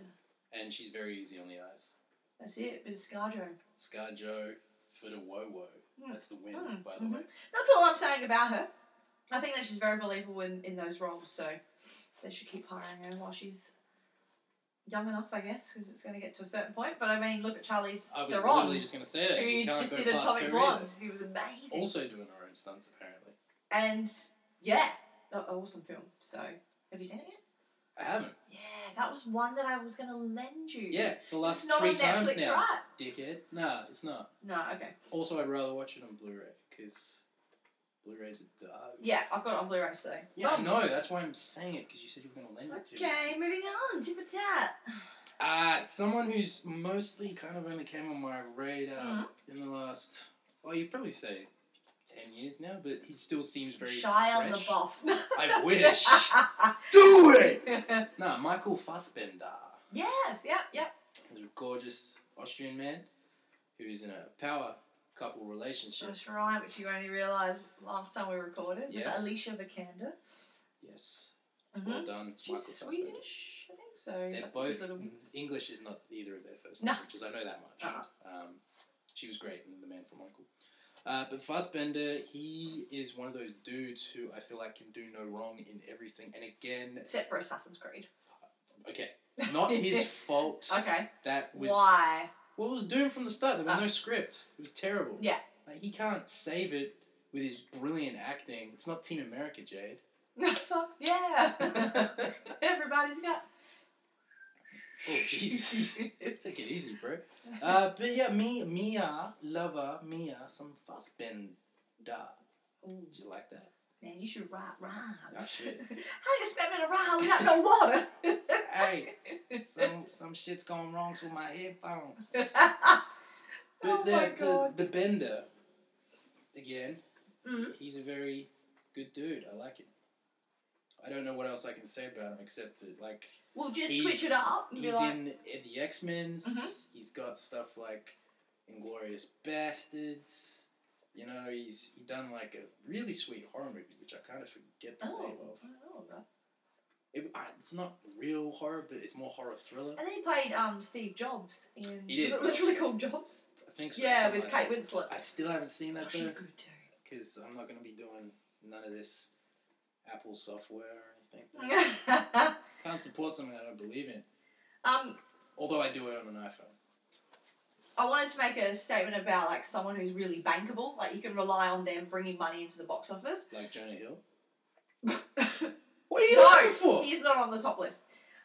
And she's very easy on the eyes.
That's it. But ScarJo.
Scar Joe for the wo wo.
Mm.
That's the win,
Mm,
by the
mhm.
way.
That's all I'm saying about her. I think that she's very believable in, in those roles, so they should keep hiring her while she's young enough, I guess, because it's going to get to a certain point. But I mean, look at Charlie's
I was literally
Theron,
just going to say that.
who
you can't
just
go
did
past her
Atomic
either.
Blonde. He was amazing.
Also doing her own stunts, apparently.
And yeah, an awesome film. So have you seen it yet?
I haven't.
Yeah, that was one that I was going to lend you.
Yeah, for the
It's
last
not
three
on
times
Netflix,
now.
right?
Dickhead. Nah, it's not.
No, okay.
Also, I'd rather watch it on Blu-ray because Blu-rays are dark.
Yeah, I've got it on Blu-ray today.
Yeah, I know. That's why I'm saying it because you said you were going to lend it to me.
Oh, Okay, moving on. Tip a tat.
Uh, someone who's mostly kind of only came on my radar
Mhm.
in the last, well, you'd probably say ten years now, but he still seems very
Shia
fresh.
*laughs* LaBeouf.
I
*laughs*
wish. Do it.
yes,
Nah, Michael Fassbender
yep, yep.
is a gorgeous Austrian man who's in a power couple relationship.
That's right, which you only realised last time we recorded.
Yes.
With Alicia Vikander.
yes,
Mm-hmm.
well done,
She's
Michael Fassbender.
Swedish, I think so.
They're
That's a
both
good little-
English is not either of their first
No.
languages. I know that much.
Uh-uh.
Um, she was great in The Man from Uncle. Uh, but Fassbender, he is one of those dudes who I feel like can do no wrong in everything. And again,
Except for Assassin's Creed.
okay,
*laughs*
not his fault.
Okay.
That was
Why? *laughs*
well, it was doomed from the start. There was
Ah.
no script. It was terrible.
Yeah.
like, he can't save it with his brilliant acting. It's not Teen America,
*laughs*
Jade.
Fuck yeah. *laughs*
oh
Everybody's got. *laughs*
Jesus. *laughs* Take it easy, bro. Uh, but yeah, me, Mia, lover, Mia, some Fassbender. Did
Ooh,
you like that?
man, you should write rhymes.
Oh, shit.
*laughs* How do you spell it a rhyme without no water? *laughs*
hey, some some shit's going wrong with my headphones.
*laughs*
But
oh
the,
my god.
the the Bender, again,
Mhm.
he's a very good dude. I like him. I don't know what else I can say about him except that like
We'll just
he's-
switch it up and be
he's
like,
in in the X Men's.
Mhm.
He's got stuff like Inglorious Bastards. You know, he's he done like a really sweet horror movie, which I kind of forget the
oh,
name of.
oh, right.
It, I, it's not real horror, but it's more horror thriller.
And then he played um, Steve Jobs in.
He did.
Was it literally called Jobs?
I think so.
Yeah,
something
with
like
Kate Winslet.
I still haven't seen
Oh,
that
she's
though,
good too. *laughs*
because I'm not going to be doing none of this Apple software or anything.
um,
Can't support something I don't believe in. Although I do it on an iPhone.
Um, I wanted to make a statement about like someone who's really bankable. Like you can rely on them bringing money into the box office. *laughs*
Like Jonah Hill. What are you
No,
looking for?
He's not on the top list.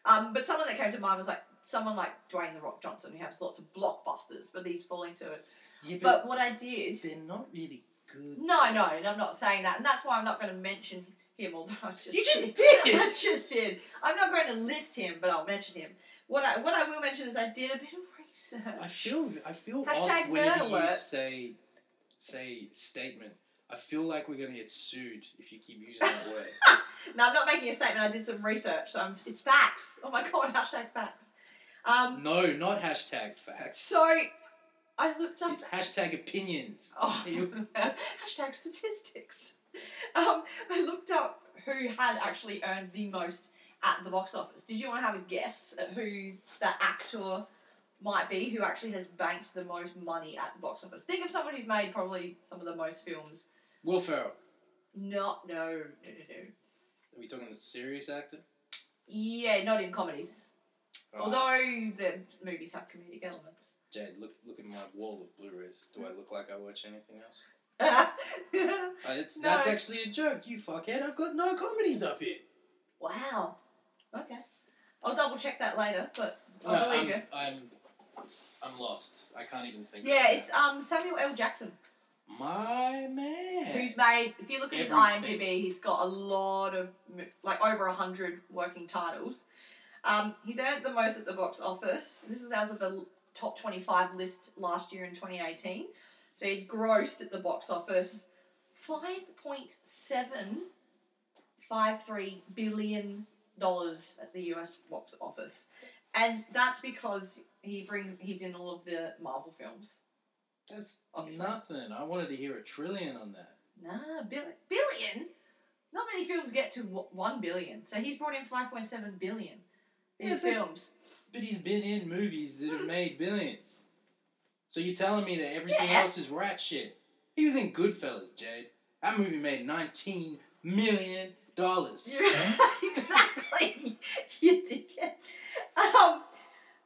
Um, but someone that came to mind was like someone like Dwayne the Rock Johnson, who has lots of blockbusters, but he's falling to it.
Yeah,
But what I did,
they're not really good.
no, no, and I'm not saying that, and that's why I'm not going to mention him. Although I just
You just did!
*laughs* I just did. I'm not going to list him, but I'll mention him. What I what I will mention is I did a bit of research.
I feel I feel
Hashtag
off whenever
nerd
you
alert.
say say statement. I feel like we're gonna get sued if you keep using that word.
*laughs* Now I'm not making a statement. I did some research. So I'm, it's facts. Oh my god, *laughs* hashtag facts. *laughs* Um,
No, not hashtag facts.
so I looked up.
It's hashtag opinions.
Oh,
You-
*laughs* hashtag statistics. Um, I looked up who had actually earned the most at the box office. Did you want to have a guess at who that actor might be who actually has banked the most money at the box office? Think of someone who's made probably some of the most films.
Will Ferrell.
Not, no, no, no, no.
Are we talking a serious actor?
Yeah, not in comedies.
Oh,
Although the movies have comedic elements. *laughs*
Jade, look look at my wall of Blu-rays. Do I look like I watch anything else?
wow.
Uh, it's,
No.
That's actually a joke, you fuckhead. I've got no comedies up here.
Okay. I'll double check that later, but I
No,
Oh,
um,
believe
I'm,
you.
I'm I'm lost. I can't even think.
Yeah,
right
it's um Samuel L. Jackson,
now. my man.
who's made. If you look at his
Everything.
IMDb, he's got a lot of mo- like over a hundred working titles. Um, he's earned the most at the box office. This is as of a l- top twenty-five list last year in twenty eighteen. So he grossed at the box office five point seven five three billion dollars at the U.S. box office, and that's because he brings he's in all of the Marvel films.
That's
Obviously.
nothing. I wanted to hear a trillion on that.
Nah, bill- billion. Not many films get to w- one billion. So he's brought in five point seven billion. These
Yes, they-
films. *laughs*
But he's been in movies that
Hmm.
have made billions. So you're telling me that everything
Yeah.
else is rat shit? He was in Goodfellas, Jade. That movie made nineteen million dollars.
*laughs* Yeah, exactly. *laughs* you dickhead. Um,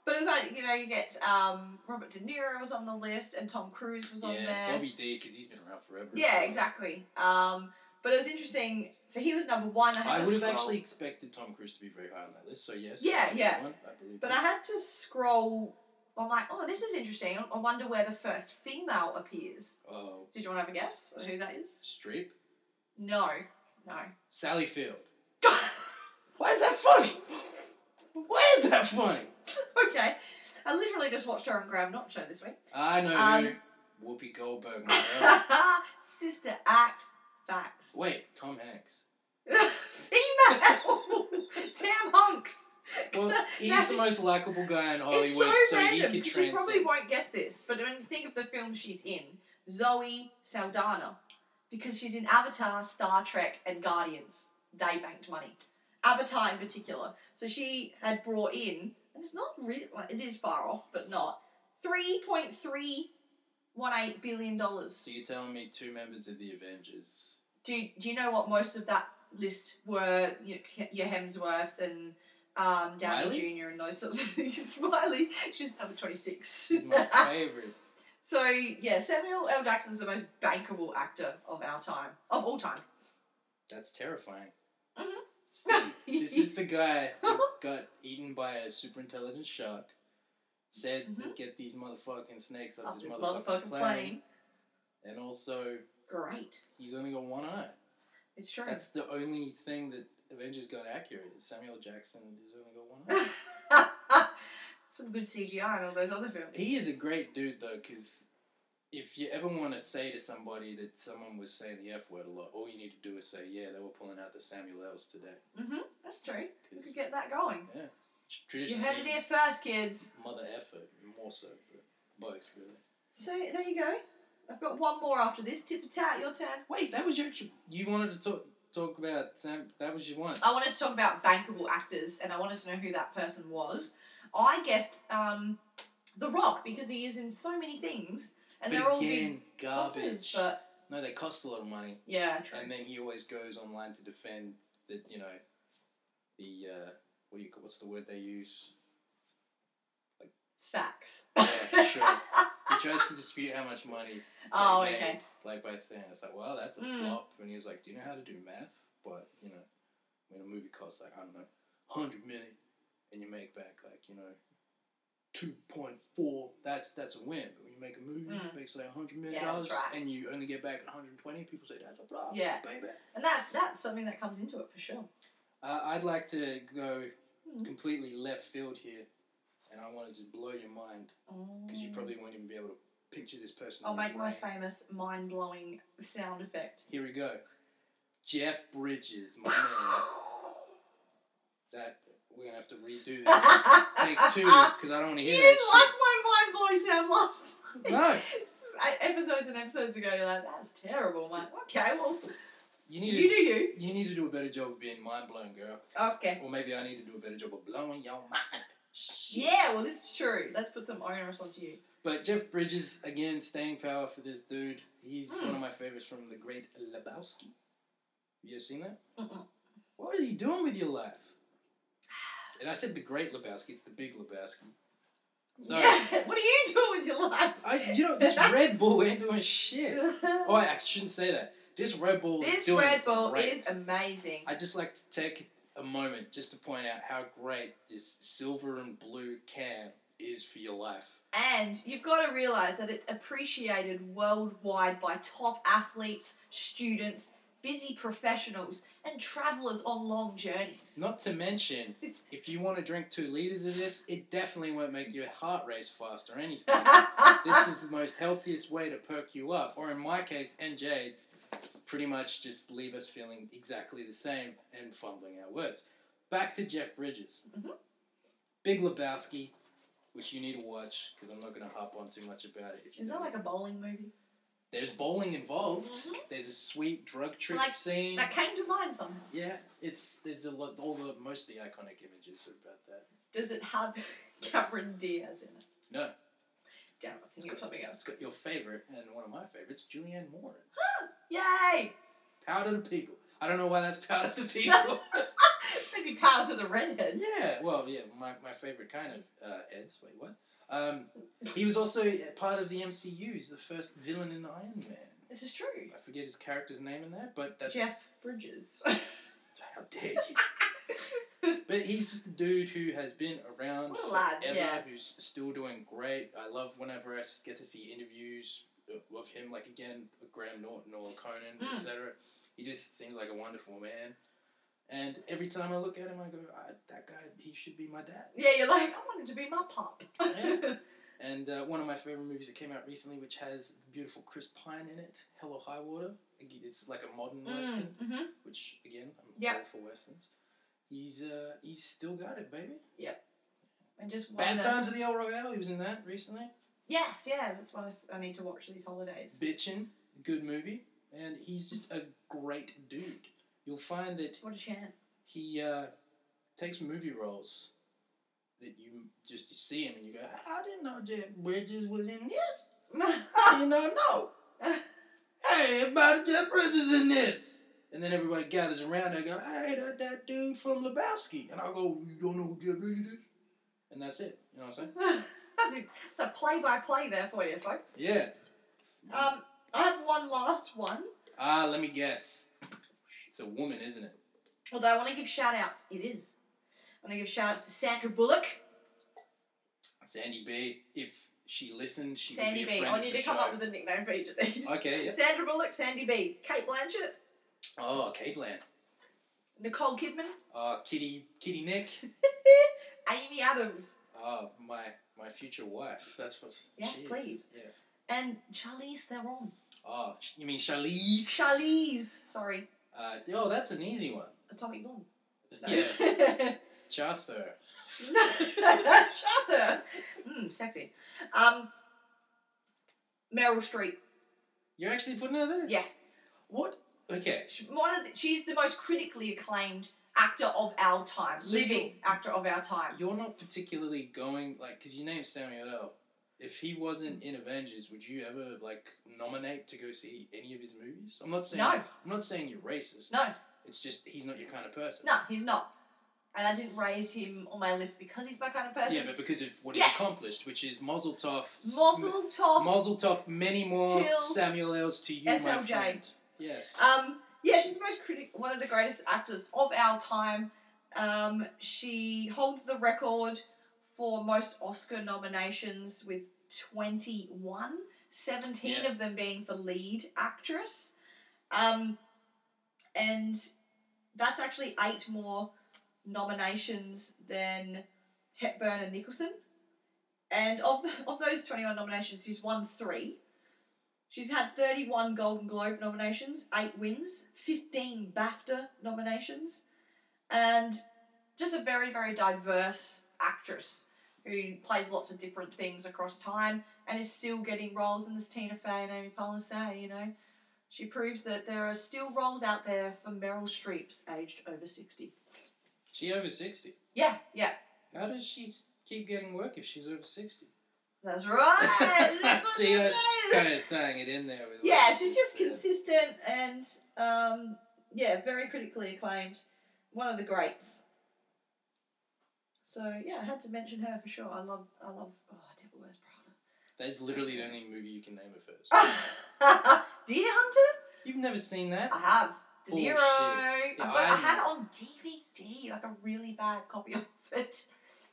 but it was like you know you get um, Robert De Niro was on the list and Tom Cruise was on there.
*laughs* Yeah, Bobby D, because he's been around forever.
yeah, exactly. Um, but it was interesting. So he was number one. I, had
I
to
would have
scroll-
actually expected Tom Cruise to be very high on that list. So yes.
Yeah,
that's a good
yeah.
one, I believe.
But I had to scroll. I'm like, oh, this is interesting. I wonder where the first female appears.
oh,
Did you want to have a guess at who that is?
Streep,
No, no. *laughs*
Sally Field. Why is that funny? *gasps* Why is that funny?
okay. I literally just watched her on Graham Not Show this week. *laughs*
I know
Um,
who. Ah, Whoopi Goldberg. my
*laughs*
girl.
Sister Act Facts. *laughs*
Wait, Tom Hanks.
Female! *laughs* Tam Hunks!
Well, he's
No.
the most likable guy in Hollywood,
it's so,
he
random
could
because you probably
transcend.
won't guess this, but when you think of the film she's in, Zoe Saldana, because she's in Avatar, Star Trek, and Guardians, they banked money. Avatar in particular. So she had brought in, and it's not really, like, it is far off, but not, $3.318 billion.
So you're telling me two members of the Avengers?
do do you know what most of that list were? You know, your Hemsworths and um, Downey
Miley?
Jr. and those sorts of things. *laughs* Miley, she's number twenty six.
He's
*laughs*
my favorite.
so yeah, Samuel L. Jackson's the most bankable actor of our time, of all time.
That's terrifying.
Mhm. *laughs*
Steve, this is the guy who
Uh-huh.
got eaten by a super intelligent shark. Said,
Mhm.
"Get these motherfucking snakes off
Of
this,
this
motherfucking,
motherfucking
plane.
plane.
And also,
Great,
he's only got one eye.
it's true.
That's the only thing that Avengers got accurate. Is Samuel Jackson has only got one eye.
*laughs* Some good CGI in all those other films.
He is a great dude though, because if you ever want to say to somebody that someone was saying the F word a lot, all you need to do is say, "Yeah, they were pulling out the Samuel L's today."
hmm That's true. We
'Cause
could get that going.
yeah, tr-
You
traditionally
heard it here
it's
first, kids.
mother effort more so, but both really.
So there you go. I've got one more after this. Tip it out. Your turn.
Wait, that was your actual. You wanted to talk talk about Sam. That was your one.
I wanted to talk about bankable actors, and I wanted to know who that person was. I guessed um, The Rock because he is in so many things, and
But
they're all big
again,
bosses.
garbage.
But
No, they cost a lot of money.
yeah, true.
And then he always goes online to defend that you know the uh, what do you what's the word they use?
Facts. *laughs*
Yeah, *laughs* sure. he tries to dispute how much money
Oh,
they
okay.
made, like by saying it's like, well, that's a
Mm.
flop, and he was like, do you know how to do math? But you know, when a movie costs like I don't know, hundred million, and you make back like you know, two point four, that's that's a win. But when you make a movie,
Mm.
it makes like hundred million
Yeah,
dollars,
that's right.
and you only get back one hundred twenty, people say that's a flop.
Yeah.
baby.
And that that's something that comes into it for sure.
Uh, I'd like to go
Mm.
completely left field here, and I want to just blow your mind because you
Mm.
probably won't even be able to picture this person.
I'll
in your
make my
brain.
famous mind blowing sound
*laughs*
effect. *laughs*
Here we go. Jeff Bridges, my man. That we're gonna have to redo this. Take two, because I don't want to
You
hear
didn't
that.
like my mind blowing sound last
Shit.
*laughs*
No,
episodes and episodes ago. You're like, that's terrible. I'm like, okay, well,
you
you
need
do
to
you.
you need to do a better job of being mind blowing, girl.
Okay.
Or maybe I need to do a better job of blowing your mind. Shit.
Yeah, well, this is true. Let's put some onus onto you.
But Jeff Bridges again, staying power for this dude. He's
Hmm.
one of my favorites from The Great Lebowski. You ever seen that?
Mm-mm.
What are you doing with your life? And I said The Great Lebowski. It's The Big Lebowski. Sorry.
Yeah. *laughs* What are you doing with your life? *laughs*
I, you know, this Red Bull ain't doing shit. Oh, I I shouldn't say that. This Red Bull is
this
doing
Red Bull
great.
is amazing.
I'd just like to take a moment just to point out how great this silver and blue can is for your life.
And you've got to realise that it's appreciated worldwide by top athletes, students, busy professionals, and travellers on long journeys.
Not to mention, if you want to drink two liters of this, it definitely won't make your heart race fast or
*laughs*
anything. this is the most healthiest way to perk you up. Or in my case, and Jade's, pretty much just leave us feeling exactly the same and fumbling our words. Back to Jeff Bridges.
Mhm.
Big Lebowski, which you need to watch because I'm not going to harp on too much about it. If you
Is that
don't.
like a bowling movie?
There's bowling involved. There's a sweet drug trip
Like,
scene.
That came to mind somehow.
Yeah, it's there's a lot. All the most of the iconic images are about that.
Does it have *laughs* Cameron Diaz in it?
No.
Damn, I'm thinking of something else.
It's got your favorite and one of my favorites, Julianne Moore.
Yay! *laughs*
Powder the people. I don't know why that's powder the people.
Maybe power to the redheads.
Yeah, well, yeah, my, my favorite kind of uh, Ed's. Wait, what? Um, he was also part of the MCU's, the first villain in Iron Man.
This is true.
I forget his character's name in that, but that's
Jeff Bridges. *laughs*
how dare you. but he's just a dude who has been around
What a
forever,
lad, yeah.
who's still doing great. I love whenever I get to see interviews of him, like again, with Graham Norton or Conan,
Mm.
etc. He just seems like a wonderful man. And every time I look at him, I go, I, that guy, he should be my dad.
yeah, you're like, I wanted to be my pop. *laughs*
Yeah. And uh, one of my favorite movies that came out recently, which has beautiful Chris Pine in it, Hello High Water. Again, It's like a modern western,
mm-hmm.
which again, I'm
Yeah.
all for westerns. He's uh, he's still got it, baby.
And just one
Bad
of-
Times at the El Royale. He was in that recently.
Yes, yeah, that's why I s- I need to watch these holidays.
Bitchin', good movie, and he's just a great dude. You'll find that
What a *laughs* chant.
he uh, takes movie roles that you just you see him and you go, I didn't know Jeff Bridges was in this. I did not know. Hey, everybody, Jeff Bridges in this. And then everybody gathers around and I go, hey, that, that dude from Lebowski. And I go, you don't know who Jeff Bridges is? And that's it. You know what I'm saying?
that's, a, that's a play-by-play there for you, folks.
Yeah.
Um, I have one last one,
ah, let me guess. It's a woman, isn't it?
although I want to give shout-outs. It is. I want to give shout-outs to Sandra Bullock.
Sandy B. If she listened, she
Sandy
would be a
B.
friend
I need
for
to come
sure.
up with a nickname for each of these.
Okay, yeah.
Sandra Bullock, Sandy B. Kate Blanchett,
Oh, Kate Bland.
Nicole Kidman,
Uh, Kitty, Kitty Nick.
Amy Adams,
Oh, my my future wife. That's what.
Yes,
she is.
please.
Yes.
and Charlize Theron.
Oh, sh- you mean Charlize?
Charlize! Sorry,
Uh, oh, that's an easy one.
Atomic Blonde.
Yeah.
*laughs* Yeah.
Charther.
Shut her. *laughs* Mm, sexy. Um, Meryl Streep.
You're actually putting her there.
Yeah.
What? Okay.
She- One of the, she's the most critically acclaimed actor of our time,
So
living
you're-
actor of our time.
You're not particularly going like because your name's Samuel L. If he wasn't in Avengers, would you ever like nominate to go see any of his movies? I'm not saying.
No,
I'm not saying you're racist.
no,
It's just he's not your kind of person.
no, he's not. And I didn't raise him on my list because he's my kind of person.
Yeah, but because of what
Yeah.
he's accomplished, which is Mazel Tov. s-
Mazel tov.
Mazel Tov, many more
Till
Samuel L's to you, my
SLJ.
friend. Yes.
Um, yeah, she's the most critic, one of the greatest actors of our time. Um, she holds the record for most Oscar nominations with 21, 17
Yeah.
of them being for lead actress. Um, and that's actually eight more nominations than Hepburn and Nicholson. And of, the, of those 21 nominations, she's won three. She's had 31 Golden Globe nominations, 8 wins, 15 BAFTA nominations, and just a very, very diverse actress who plays lots of different things across time and is still getting roles. And as Tina Fey and Amy Poehler say, you know, she proves that there are still roles out there for Meryl Streep's aged over 60.
she over 60.
Yeah, yeah.
How does she keep getting work if she's over 60?
*laughs* That's right. That's what
See,
she
that's
said.
Kind of tying it in there with. what
Yeah,
she
she's just
said.
consistent and um, yeah, very critically acclaimed. One of the greats. So yeah, I had to mention her for sure. I love, I love. Oh, Devil Wears
That's literally the only movie you can name of
*laughs*
hers.
Uh, Prada. Deer Hunter.
You've never seen that?
I have. De Niro.
Bullshit.
I've got, I
I'm-
had it on DVD, like a really bad copy of it.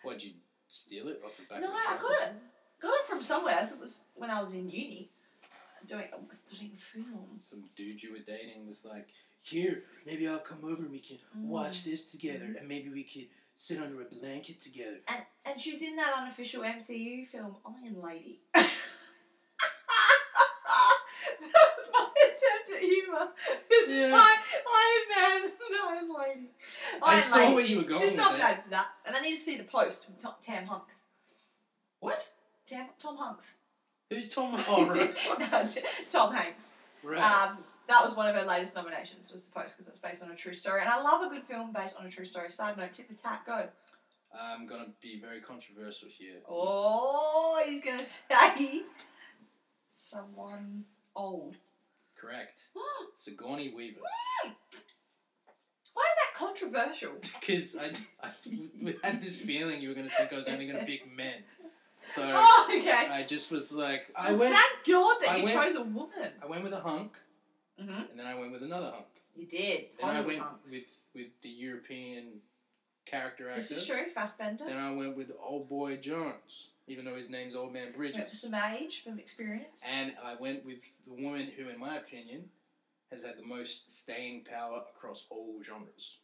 What'd you steal it off the back
No,
of the
I
truck or
got it.
something?
Got it from somewhere. I think it was when I was in uni, doing oh, I was doing films.
Some dude you were dating was like, Here, maybe I'll come over and we can
Mm.
watch this together and maybe we could sit under a blanket together.
And, and she's in that unofficial MCU film, Iron Lady. *laughs* that was my attempt at humour. It's
Yeah.
like Iron Man and Iron Lady. Iron
I saw
Lady.
where you were going
She's
with
not
it.
bad for that. And I need to see the post from Tom, Tam Hunks.
What?
Tam,
*laughs*
Tom Hunks.
Who's
*laughs*
Tom Horror?
no, it's Tom Hanks.
right.
Um, that was one of her latest nominations, was the post, because it's based on a true story. And I love a good film based on a true story. Side note, tip the tat, go.
I'm gonna be very controversial here.
Oh, he's gonna *laughs* say someone old. *gasps*
Correct.
Why
Sigourney Weaver.
is that controversial?
Because I, I had this feeling you were gonna think I was only gonna pick men. So
*laughs* Oh, okay.
I just was like, I
Well,
went,
Thank God that
I
you
went-
chose a woman.
I went with a hunk,
Mm-hmm.
and then I went with another hunk.
You did.
Then I
Hollywood
went
hunks.
with with the European character
This
actor.
is true. Fassbender.
Then I went with Old Boy Jones, even though his name's Old Man
Went for
Bridges.
some age, from experience.
And I went with the woman who, in my opinion, has had the most staying power across all genres.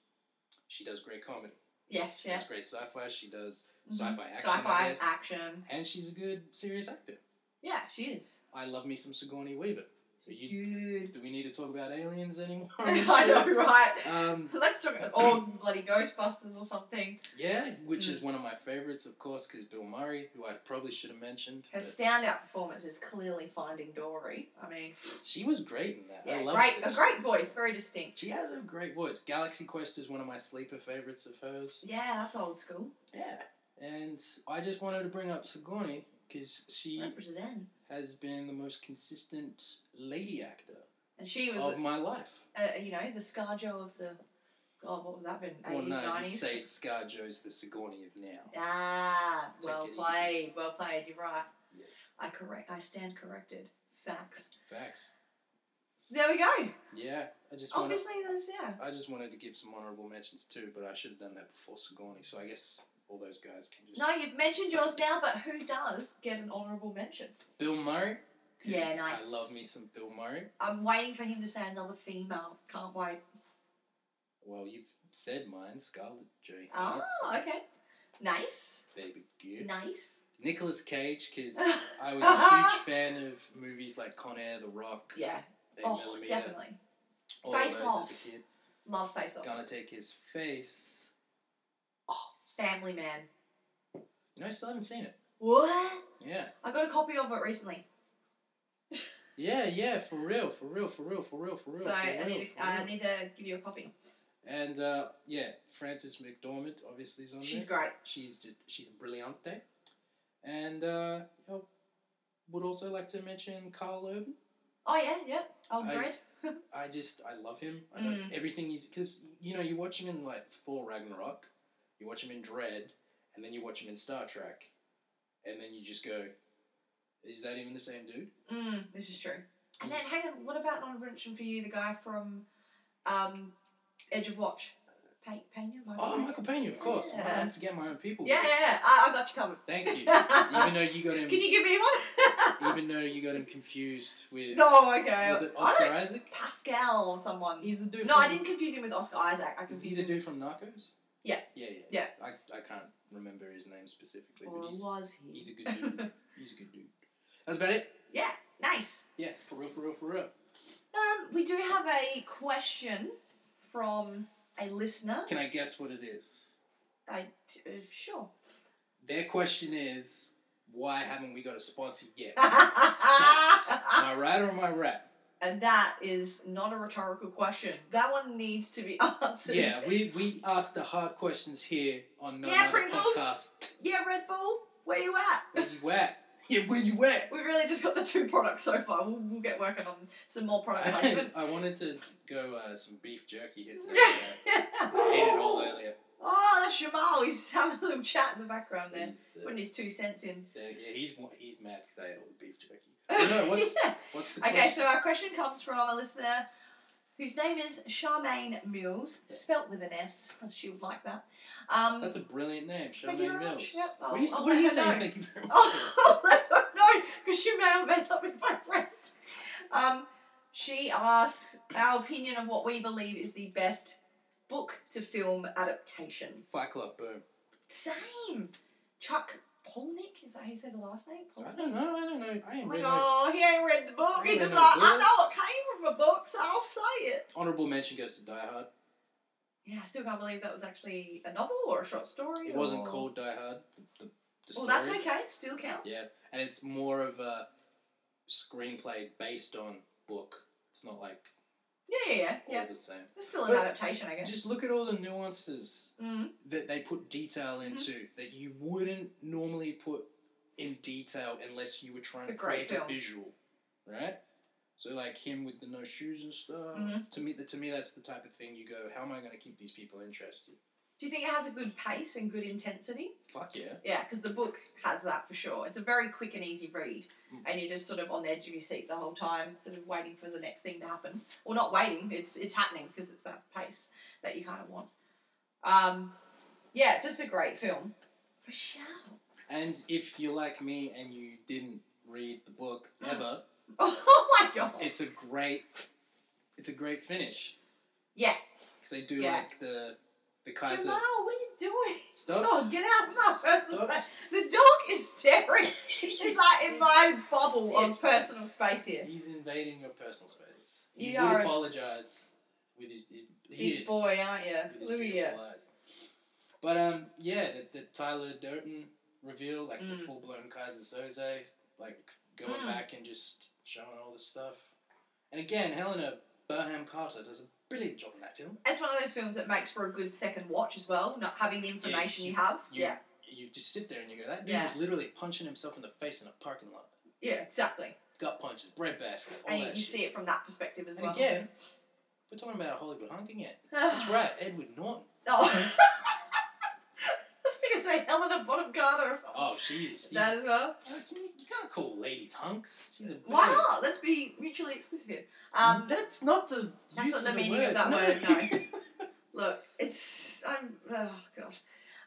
She does great comedy.
yes,
She
yes.
does great sci-fi. She does
Mhm.
sci-fi action. I
Sci-fi
guess.
action.
and she's a good serious actor.
Yeah, she is.
I love me some Sigourney Weaver. But
She's
you-
good.
Do we need to talk about aliens anymore? on this
*laughs* I
show?
know, right?
*laughs* Um,
Let's talk about all bloody Ghostbusters or something.
yeah, which
Hmm.
is one of my favorites, of course, because Bill Murray, who I probably should have mentioned,
Her
but
standout performance is clearly Finding Dory. I mean,
she was great in that. I
yeah,
love
great, a great voice, very distinct.
She has a great voice. Galaxy Quest is one of my sleeper favorites of hers.
Yeah, that's old school.
Yeah, and I just wanted to bring up Sigourney because she
Represent.
has been the most consistent lady actor
And she was,
of my life.
uh, you know, the ScarJo of the. God, what was that been?
Well,
80s,
no, you'd
90s?
say ScarJo's the Sigourney of now.
Ah,
Take
well
it easy.
played, well played. You're right.
Yes,
I correct. I stand corrected. Facts.
facts.
There we go.
Yeah, I just wanted,
Obviously, there's yeah.
I just wanted to give some honourable mentions too, but I should have done that before Sigourney. So I guess all those guys can just.
No, you've mentioned yours now, but who does get an honourable mention?
Bill Murray. 'cause
Yeah, nice.
I love me some Bill Murray.
I'm waiting for him to say another female. Can't wait.
Well, you've said mine, Scarlett Johansson,
Oh, okay. Nice.
baby gear.
Nice. Uh-huh.
Nicolas Cage, because I was a huge fan of movies like Con Air, The Rock,
*laughs* yeah.
Eight
Oh,
Millimeter,
definitely.
all of
Face
those as
Off.
a kid.
Love Face Off.
Gonna take his face.
Oh, Family Man.
You know, I still haven't seen it.
What?
Yeah.
I got a copy of it recently.
Yeah, yeah, for real, for real, for real, for real, for real.
so uh,
for
I
real,
need,
for
to, I
real.
need to give you a copy.
And uh, yeah, Frances McDormand obviously is on
She's
there.
great.
She's just she's brillante. And uh, I would also like to mention Carl Urban.
Oh yeah, yep. Old
I-
Dread.
I just I love him. I know
Mm.
everything he's because you know you watch him in like Thor Ragnarok, you watch him in Dread, and then you watch him in Star Trek, and then you just go, is that even the same dude?
Mm, this is true. And then,
He's-
hang on, what about non-fiction for you? The guy from um, Edge of Watch, Pena. Michael
Oh,
Pena?
Michael Pena, of course. I
Yeah.
don't forget my own people.
Yeah, yeah, yeah. I, I got you covered.
Thank *laughs*
*laughs*
you. even
Can
though you got him,
you give
*laughs*
me one?
even though you got him confused with
no, okay.
was it
I
Oscar
don't-
Isaac?
Pascal or someone.
He's the dude.
No,
from,
I didn't confuse him with Oscar Isaac. I
Is
confused
he the
him.
dude from Narcos?
Yeah.
Yeah, yeah.
Yeah.
I, I can't remember his name specifically,
Or
but he's
was he?
he's a good dude. he's a good dude. That's about it.
*laughs* yeah, nice.
Yeah, for real, for real, for real.
Um, we do have a question from a listener.
Can I guess what it is?
I uh, sure. *laughs*
Their question is, why haven't we got a sponsor
*laughs*
yet? am
and
I right or am I right?
that is not a rhetorical question. That one needs to be *laughs* answered.
Yeah, we, we ask the hard questions here on No
Yeah,
Nut
Pringles.
Podcast.
Yeah, Red Bull, where you at?
Where you at? *laughs* Yeah, where you at?
We've really just got the two products so far. We'll, we'll get working on some more
*laughs*
product placement.
*laughs*
*laughs*
I wanted to go uh, some beef jerky here today.
*laughs*
but I ate it all earlier.
oh, that's Shamal. He's having a little chat in the background there,
He's, uh,
putting his two cents in.
uh, yeah, he's wa- he's mad because I ate all the beef jerky.
*laughs*
But Oh, no, what's
Yeah.
what's the
Okay,
question?
so our question comes from a listener whose name is Charmaine Mills, spelt with an S. She would like that. Um,
That's a brilliant name,
Thank you
Charmaine
very
Mills.
much. Yep,
What
Oh, I'll-
are you,
I'll
what are
let
you
her
saying?
know.
Thank you very much.
*laughs* Oh, I don't know, because she may or may not be my friend. Um, she asks our opinion of what we believe is the best book to film adaptation.
Fight Club, boom.
Same. Chuck Polnick, is that how you say the last name?
I
Palahniuk?
don't know. I don't know. I
Oh
ain't
my
really
god, he ain't read the book. He
Ain't
just
read no
like, I know it
books."
came from a book, so I'll say it.
honorable mention goes to Die Hard.
Yeah, I still can't believe that was actually a novel or a short story.
It wasn't
or-
called Die Hard. The, the, the
Oh. Well,
story.
that's okay. Still counts.
Yeah, and it's more of a screenplay based on book. It's not like
Yeah, yeah, yeah.
all
yeah.
the same.
It's still an
But-
adaptation, I guess.
Just look at all the nuances
Mm.
that they put detail
Mm-hmm.
into that you wouldn't normally put in detail unless you were trying
It's a
to
great
create
film.
a visual, right? So like him with the no shoes and stuff.
Mhm.
To me, that to me that's the type of thing you go. How am I going to keep these people interested?
Do you think it has a good pace and good intensity?
Fuck yeah!
Yeah, because the book has that for sure. It's a very quick and easy read,
Mm.
and you're just sort of on the edge of your seat the whole time, sort of waiting for the next thing to happen. Well, not waiting; it's it's happening because it's that pace that you kind of want. Um, yeah, it's just a great film. For sure. *laughs*
And if you're like me and you didn't read the book
Mm.
ever,
Oh my god.
it's a great, it's a great finish
yeah,
because they do
Yeah.
like the the Kaiser.
Jamal, what are you doing?
Stop.
Dog, get out of my
Stop.
The dog is staring. It's like in my bubble of
Sit.
personal space here.
He's invading your personal space.
You
He
are
would
a-
apologize with his. He, he
Big
is.
boy, aren't
with
you?
his
Look at you.
beautiful eyes. But um, yeah, the, the Tyler Durden reveal, like the
Mm.
full blown Kaiser Soze, like going
Mm.
back and just showing all this stuff. And again, Helena Burham Carter does a brilliant job in that film.
It's one of those films that makes for a good second watch as well, not having the information
you-
you have.
you-
yeah,
You just sit there and you go, that dude
Yeah.
was literally punching himself in the face in a parking lot.
yeah, exactly.
Gut punches, bread basket, all
And you,
that
you
shit.
see it from that perspective as
and
well. *laughs*
again, we're talking about a Hollywood hunk again. That's right, Edward Norton.
Oh. *laughs* I think I say Helena Bonham Carter.
Oh, she's. she's
that as well.
you can't call ladies hunks. She's a
Why
bitch.
not? Let's be mutually exclusive here. Um,
that's not the.
That's
use
not
of
the meaning
word.
of that word, no. Look, it's I'm oh god.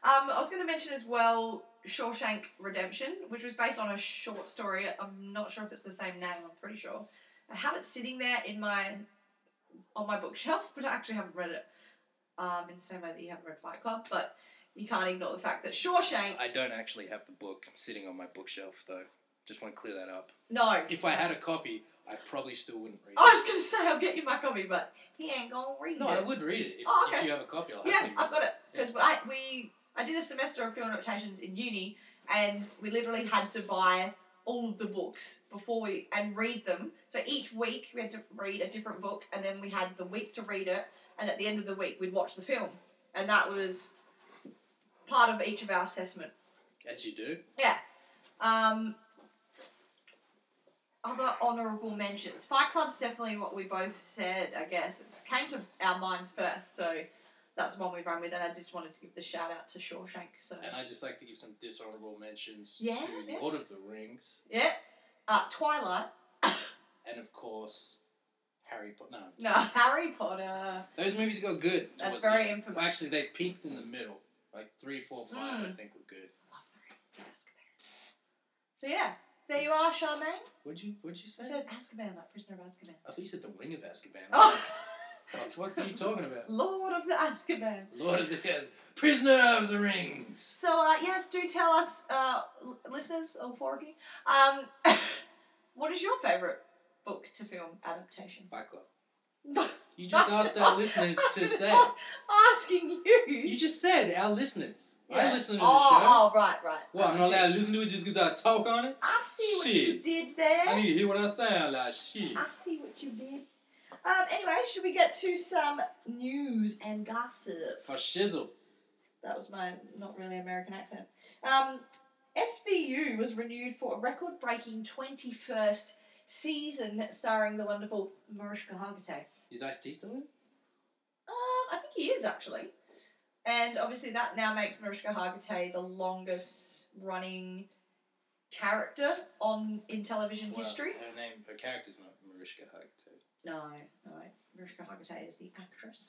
Um, I was going to mention as well Shawshank Redemption, which was based on a short story. I'm not sure if it's the same name. I'm pretty sure. I have it sitting there in my on my bookshelf, but I actually haven't read it. Um, in the same way that you haven't read Fight Club, but you can't ignore the fact that Shawshank.
I don't actually have the book sitting on my bookshelf though. Just want to clear that up.
No.
If I had a copy, I probably still wouldn't read
I was
it.
just going to say I'll get you my copy, but he ain't gonna read
No,
it.
I would read it. If,
Oh, okay.
if you have a copy, I'll
Yeah,
have to
I've
read
got it because I we I did a semester of film adaptations in uni, and we literally had to buy all of the books before we and read them. So each week we had to read a different book, and then we had the week to read it, and at the end of the week we'd watch the film, and that was part of each of our assessment.
it. As you do.
Um, other honourable mentions. Fight Club's definitely what we both said, I guess. It just came to our minds first, so that's the one we run with, and I just wanted to give the shout out to Shawshank. So
And I just like to give some dishonorable mentions
Yeah,
to
yeah.
Lord of the Rings
yeah, uh, Twilight.
and of course Harry Potter. No,
No, *laughs* Harry Potter.
those movies got good.
That's
towards the
very
end.
infamous.
Well, actually, they peaked in the middle, like three, four, five. I
Mm.
think were good.
I love Harry Potter. Azkaban. So yeah, there you are, Charmaine.
What'd you What'd you say?
I said Azkaban, like Prisoner of Azkaban. *laughs*
I thought you said the Ring of Azkaban.
Oh,
What the fuck are you talking about?
Lord of the Azkaban.
Lord of the Rings, Prisoner of the Rings.
So uh, yes, do tell us, uh, l- listeners, all four of you, um, *laughs* what is your favourite book to film adaptation? *laughs*
Fight Club. You just asked our listeners to say.
Asking you.
You just said our listeners. I
Yeah.
listen to
oh,
the show.
Oh, right, right.
What, I'm
I
not
see.
allowed to listen to it just because I talk on it?
I see what you
Shit.
did there.
I need to hear what I say out loud. Shit.
I see what you did. Um, anyway, should we get to some news and gossip?
For shizzle.
That was my not really American accent. Um, SVU was renewed for a record breaking 21st season starring the wonderful Mariska Hargitay.
Is Ice T still in?
Um, I think he is actually. And obviously, that now makes Mariska Hargitay the longest running character on in television
Well,
history.
Her name, her character's not Mariska Hargitay.
No, no. Mariska Hargitay is the actress.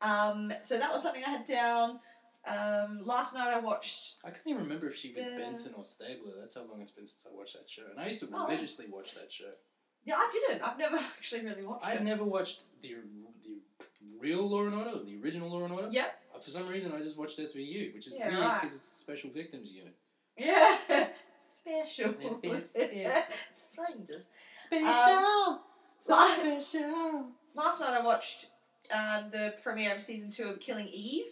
Um, so that was something I had down. Um, last night I watched.
I can't even remember if she was
Yeah.
Benson or Stabler. That's how long it's been since I watched that show. And I used to
Oh.
religiously watch that show.
Yeah, I didn't. I've never *laughs* actually really watched
I
it.
had never watched the the real Law and Order, the original Law and Order.
Yep.
Uh, For some reason, I just watched SVU, which is
Yeah,
weird
right.
because it's a special victims unit.
Yeah. *laughs* Special. *laughs*
It's been- it's
Strangers.
Special, Um,
So like-
special.
Last night I watched um, the premiere of season two of Killing Eve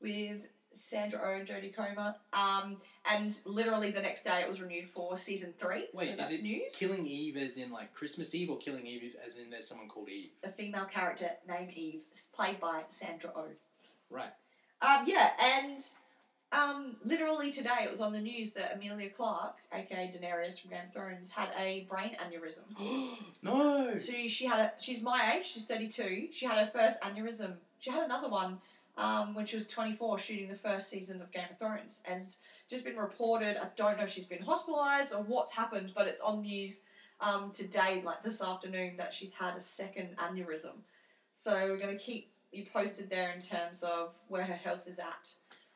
with Sandra Oh and Jodie Comer. Um, and literally the next day it was renewed for season three.
Wait,
so
is
that's
it
news.
Killing Eve, as in like Christmas Eve, or Killing Eve as in there's someone called Eve.
the female character named Eve, played by Sandra Oh. *gasps*
Right.
Um, yeah, and um, literally today it was on the news that Amelia Clark, aka Daenerys from Game of Thrones, had a brain
*gasps*
aneurysm. *gasps* Oh,
no.
So she had a. She's my age. She's thirty two. She had her first aneurysm. She had another one um, when she was twenty four, shooting the first season of Game of Thrones, and it's just been reported. I don't know if she's been hospitalised or what's happened, but it's on news um, today, like this afternoon, that she's had a second aneurysm. So we're going to keep you posted there in terms of where her health is at.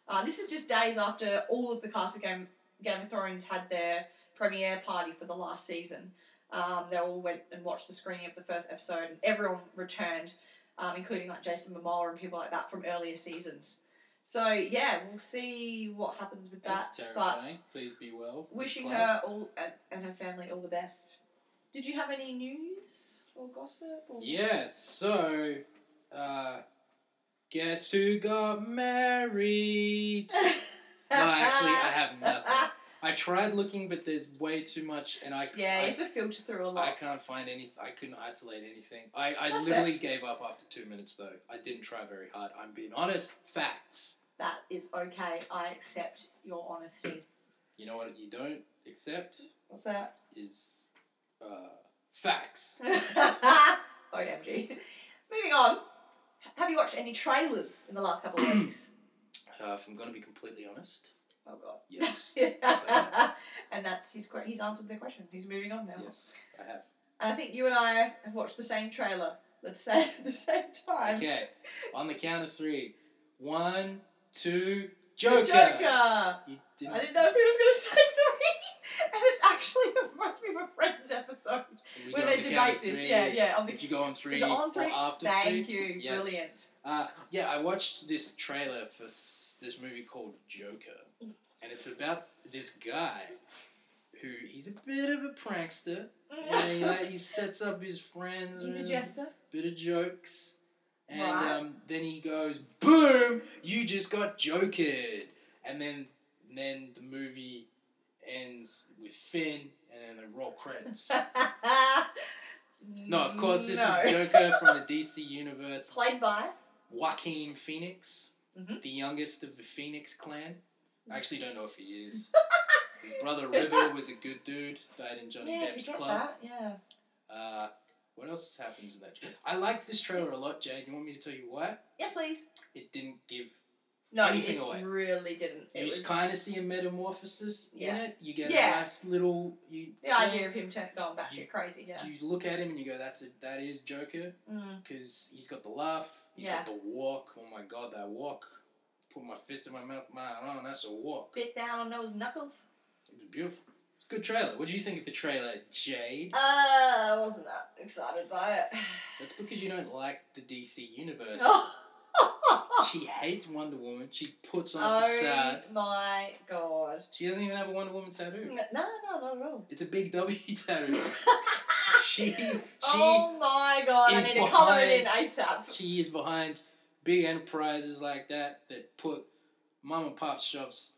Uh, this is just days after all of the cast of Game, Game of Thrones had their premiere party for the last season. Um, they all went and watched the screening of the first episode, and everyone returned, um, including like Jason Momoa and people like that from earlier seasons. So yeah, we'll see what happens with that.
That's
But
terrifying. Please be well. Miss
Wishing
Clark.
her all and, and her family all the best. Did you have any news or gossip? Or...
Yeah, so, uh, guess who got married? no,
*laughs*
actually, I have nothing. I tried looking, but there's way too much, and I,
yeah, you have
I,
to filter through a
I
lot.
can't find any. I couldn't isolate anything. I, I
That's
literally gave up after two minutes, though. I didn't try very hard. I'm being honest. Facts.
That is okay. I accept your honesty.
You know what you don't accept
What's that?
is uh,
*laughs*
facts.
OMG. Moving on. Have you watched any trailers in the last couple
*clears throat*
of weeks?
Uh, if I'm going to be completely honest,
oh god. *laughs*
yes.
and that's his que- he's answered the question. He's moving on now.
yes, I have.
And I think you and I have watched the same trailer. *laughs* Let's say at the same time.
Okay, on the count of three. One, two,
The
Joker!
Joker.
You
I
didn't,
didn't know if he was going to say three, *laughs* and it's actually a much of a Friends episode
we
where
go
they
on the count
debate
of
this.
three.
Yeah, yeah. On the
If you go on three
is it on three?
or after
Thank
three.
you.
Yes.
Brilliant.
Uh, yeah, I watched this trailer for s- this movie called Joker. And it's about this guy who, he's a bit of a
*laughs*
prankster. and he, like, he sets up his friends
He's a
with
jester.
bit of jokes. And
Right.
um, then he goes, boom, you just got jokered. And then then the movie ends with Finn and then the roll
*laughs*
credits. *laughs* no, of course, this
No.
is Joker from the
*laughs*
DC universe.
Played by.
Joaquin Phoenix,
Mhm.
the youngest of the Phoenix clan. I actually don't know if he
*laughs*
is. His brother River was a good dude, died in Johnny
yeah,
Depp's
you get
club.
that. Yeah.
Uh, What else happens in that? trailer? I liked this trailer a lot, Jade. You want me to tell you why?
Yes, please.
It didn't give.
No,
Anything
it
away.
really didn't. It
you
was
kind of see a metamorphosis in
Yeah.
it. You get
Yeah.
a nice little. You,
the idea of him turn, going
Mm-hmm.
batshit crazy. Yeah.
You look at him and you go, "That's a, that is Joker,"
Mm.
because he's got the laugh. he's
Yeah.
got the walk. Oh my god, that walk! Put my fist in my mouth, my arm. That's a walk.
Bit down on those knuckles.
It was beautiful. It's a good trailer. What do you think of the trailer, Jade?
Uh, I wasn't that excited by *laughs* it.
That's because you don't like the DC universe.
oh
She hates Wonder Woman. She puts on
Oh.
a facade.
my god.
She doesn't even have a Wonder Woman tattoo.
No, no, not
*laughs*
at all.
It's a big W tattoo. she she
*laughs* oh my god, I
is
need to colour it in
behind-
ASAP.
she is behind big enterprises like that that put mom and pop shops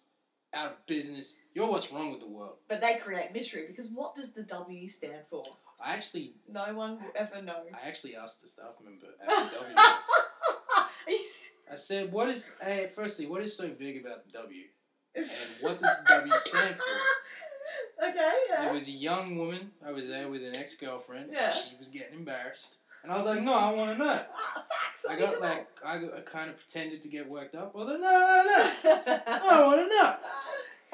out of business. You're what's wrong with the world.
But they create mystery because what does the W stand for?
I actually
No one will ever know.
I actually asked the staff member at the
*laughs*
W. once.
Are you s-
I said, "What is? Hey, firstly, what is so big about the W? And what
*laughs*
does the W stand for?"
okay,
It
yeah. *laughs*
was a young woman. I was there with an ex girlfriend.
Yeah.
and She was getting embarrassed, and I was like, "No, I want to know."
Ah, facts.
I
need
got
to
like, I, got, I kind of pretended to get worked up. I was like, "No, no, no,
know.
I want to know.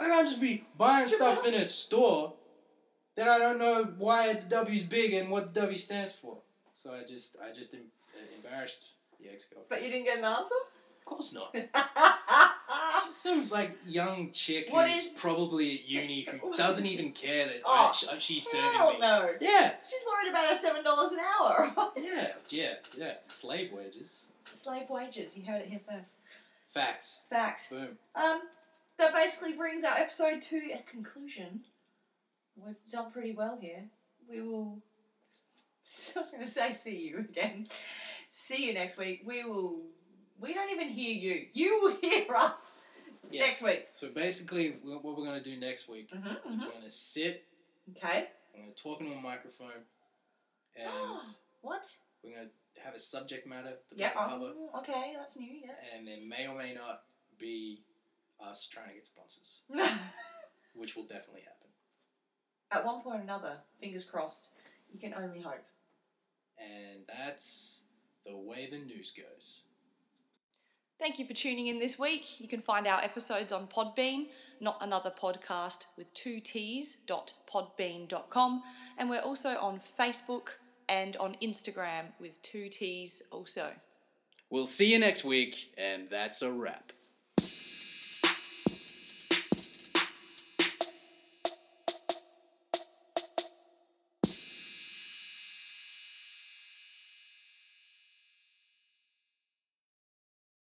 I can't just be buying stuff in a store that I don't know why the W's big and what the W stands for." So I just, I just em- uh, embarrassed the ex girlfriend.
*laughs* but you didn't get an
*laughs* Of course not.
answer?
She's some like young chick
What
who's
is-
probably at uni
*laughs*
who doesn't even care that
Oh,
I, sh- she's
Hell
serving me.
no.
Yeah.
She's worried about her seven dollars an hour. *laughs*
Yeah, yeah, yeah. Slave wages.
Slave wages. You heard it here first.
Facts.
Facts.
Boom.
Um, that basically brings our episode to a conclusion. We've done pretty well here. We will. *laughs* I was going to say, see you again. See you next week. We will. We don't even hear you. You will *laughs* hear us
Yeah.
next week.
So basically, wh- what we're going to do next week
hmm
is we're going to sit,
Okay.
we're going to talk into a microphone, and
what?
we're going to have a subject matter that
Yeah.
we can cover,
Oh, okay, that's new. Yeah.
and there may or may not be us trying to get sponsors, which will definitely happen.
*laughs* At one point or another, fingers crossed. You can only hope.
And that's the way the news goes.
Thank you for tuning in this week. You can find our episodes on Podbean, not another podcast with two T's dot podbean.com. And we're also on Facebook and on Instagram with two T's also.
We'll see you next week, and that's a wrap.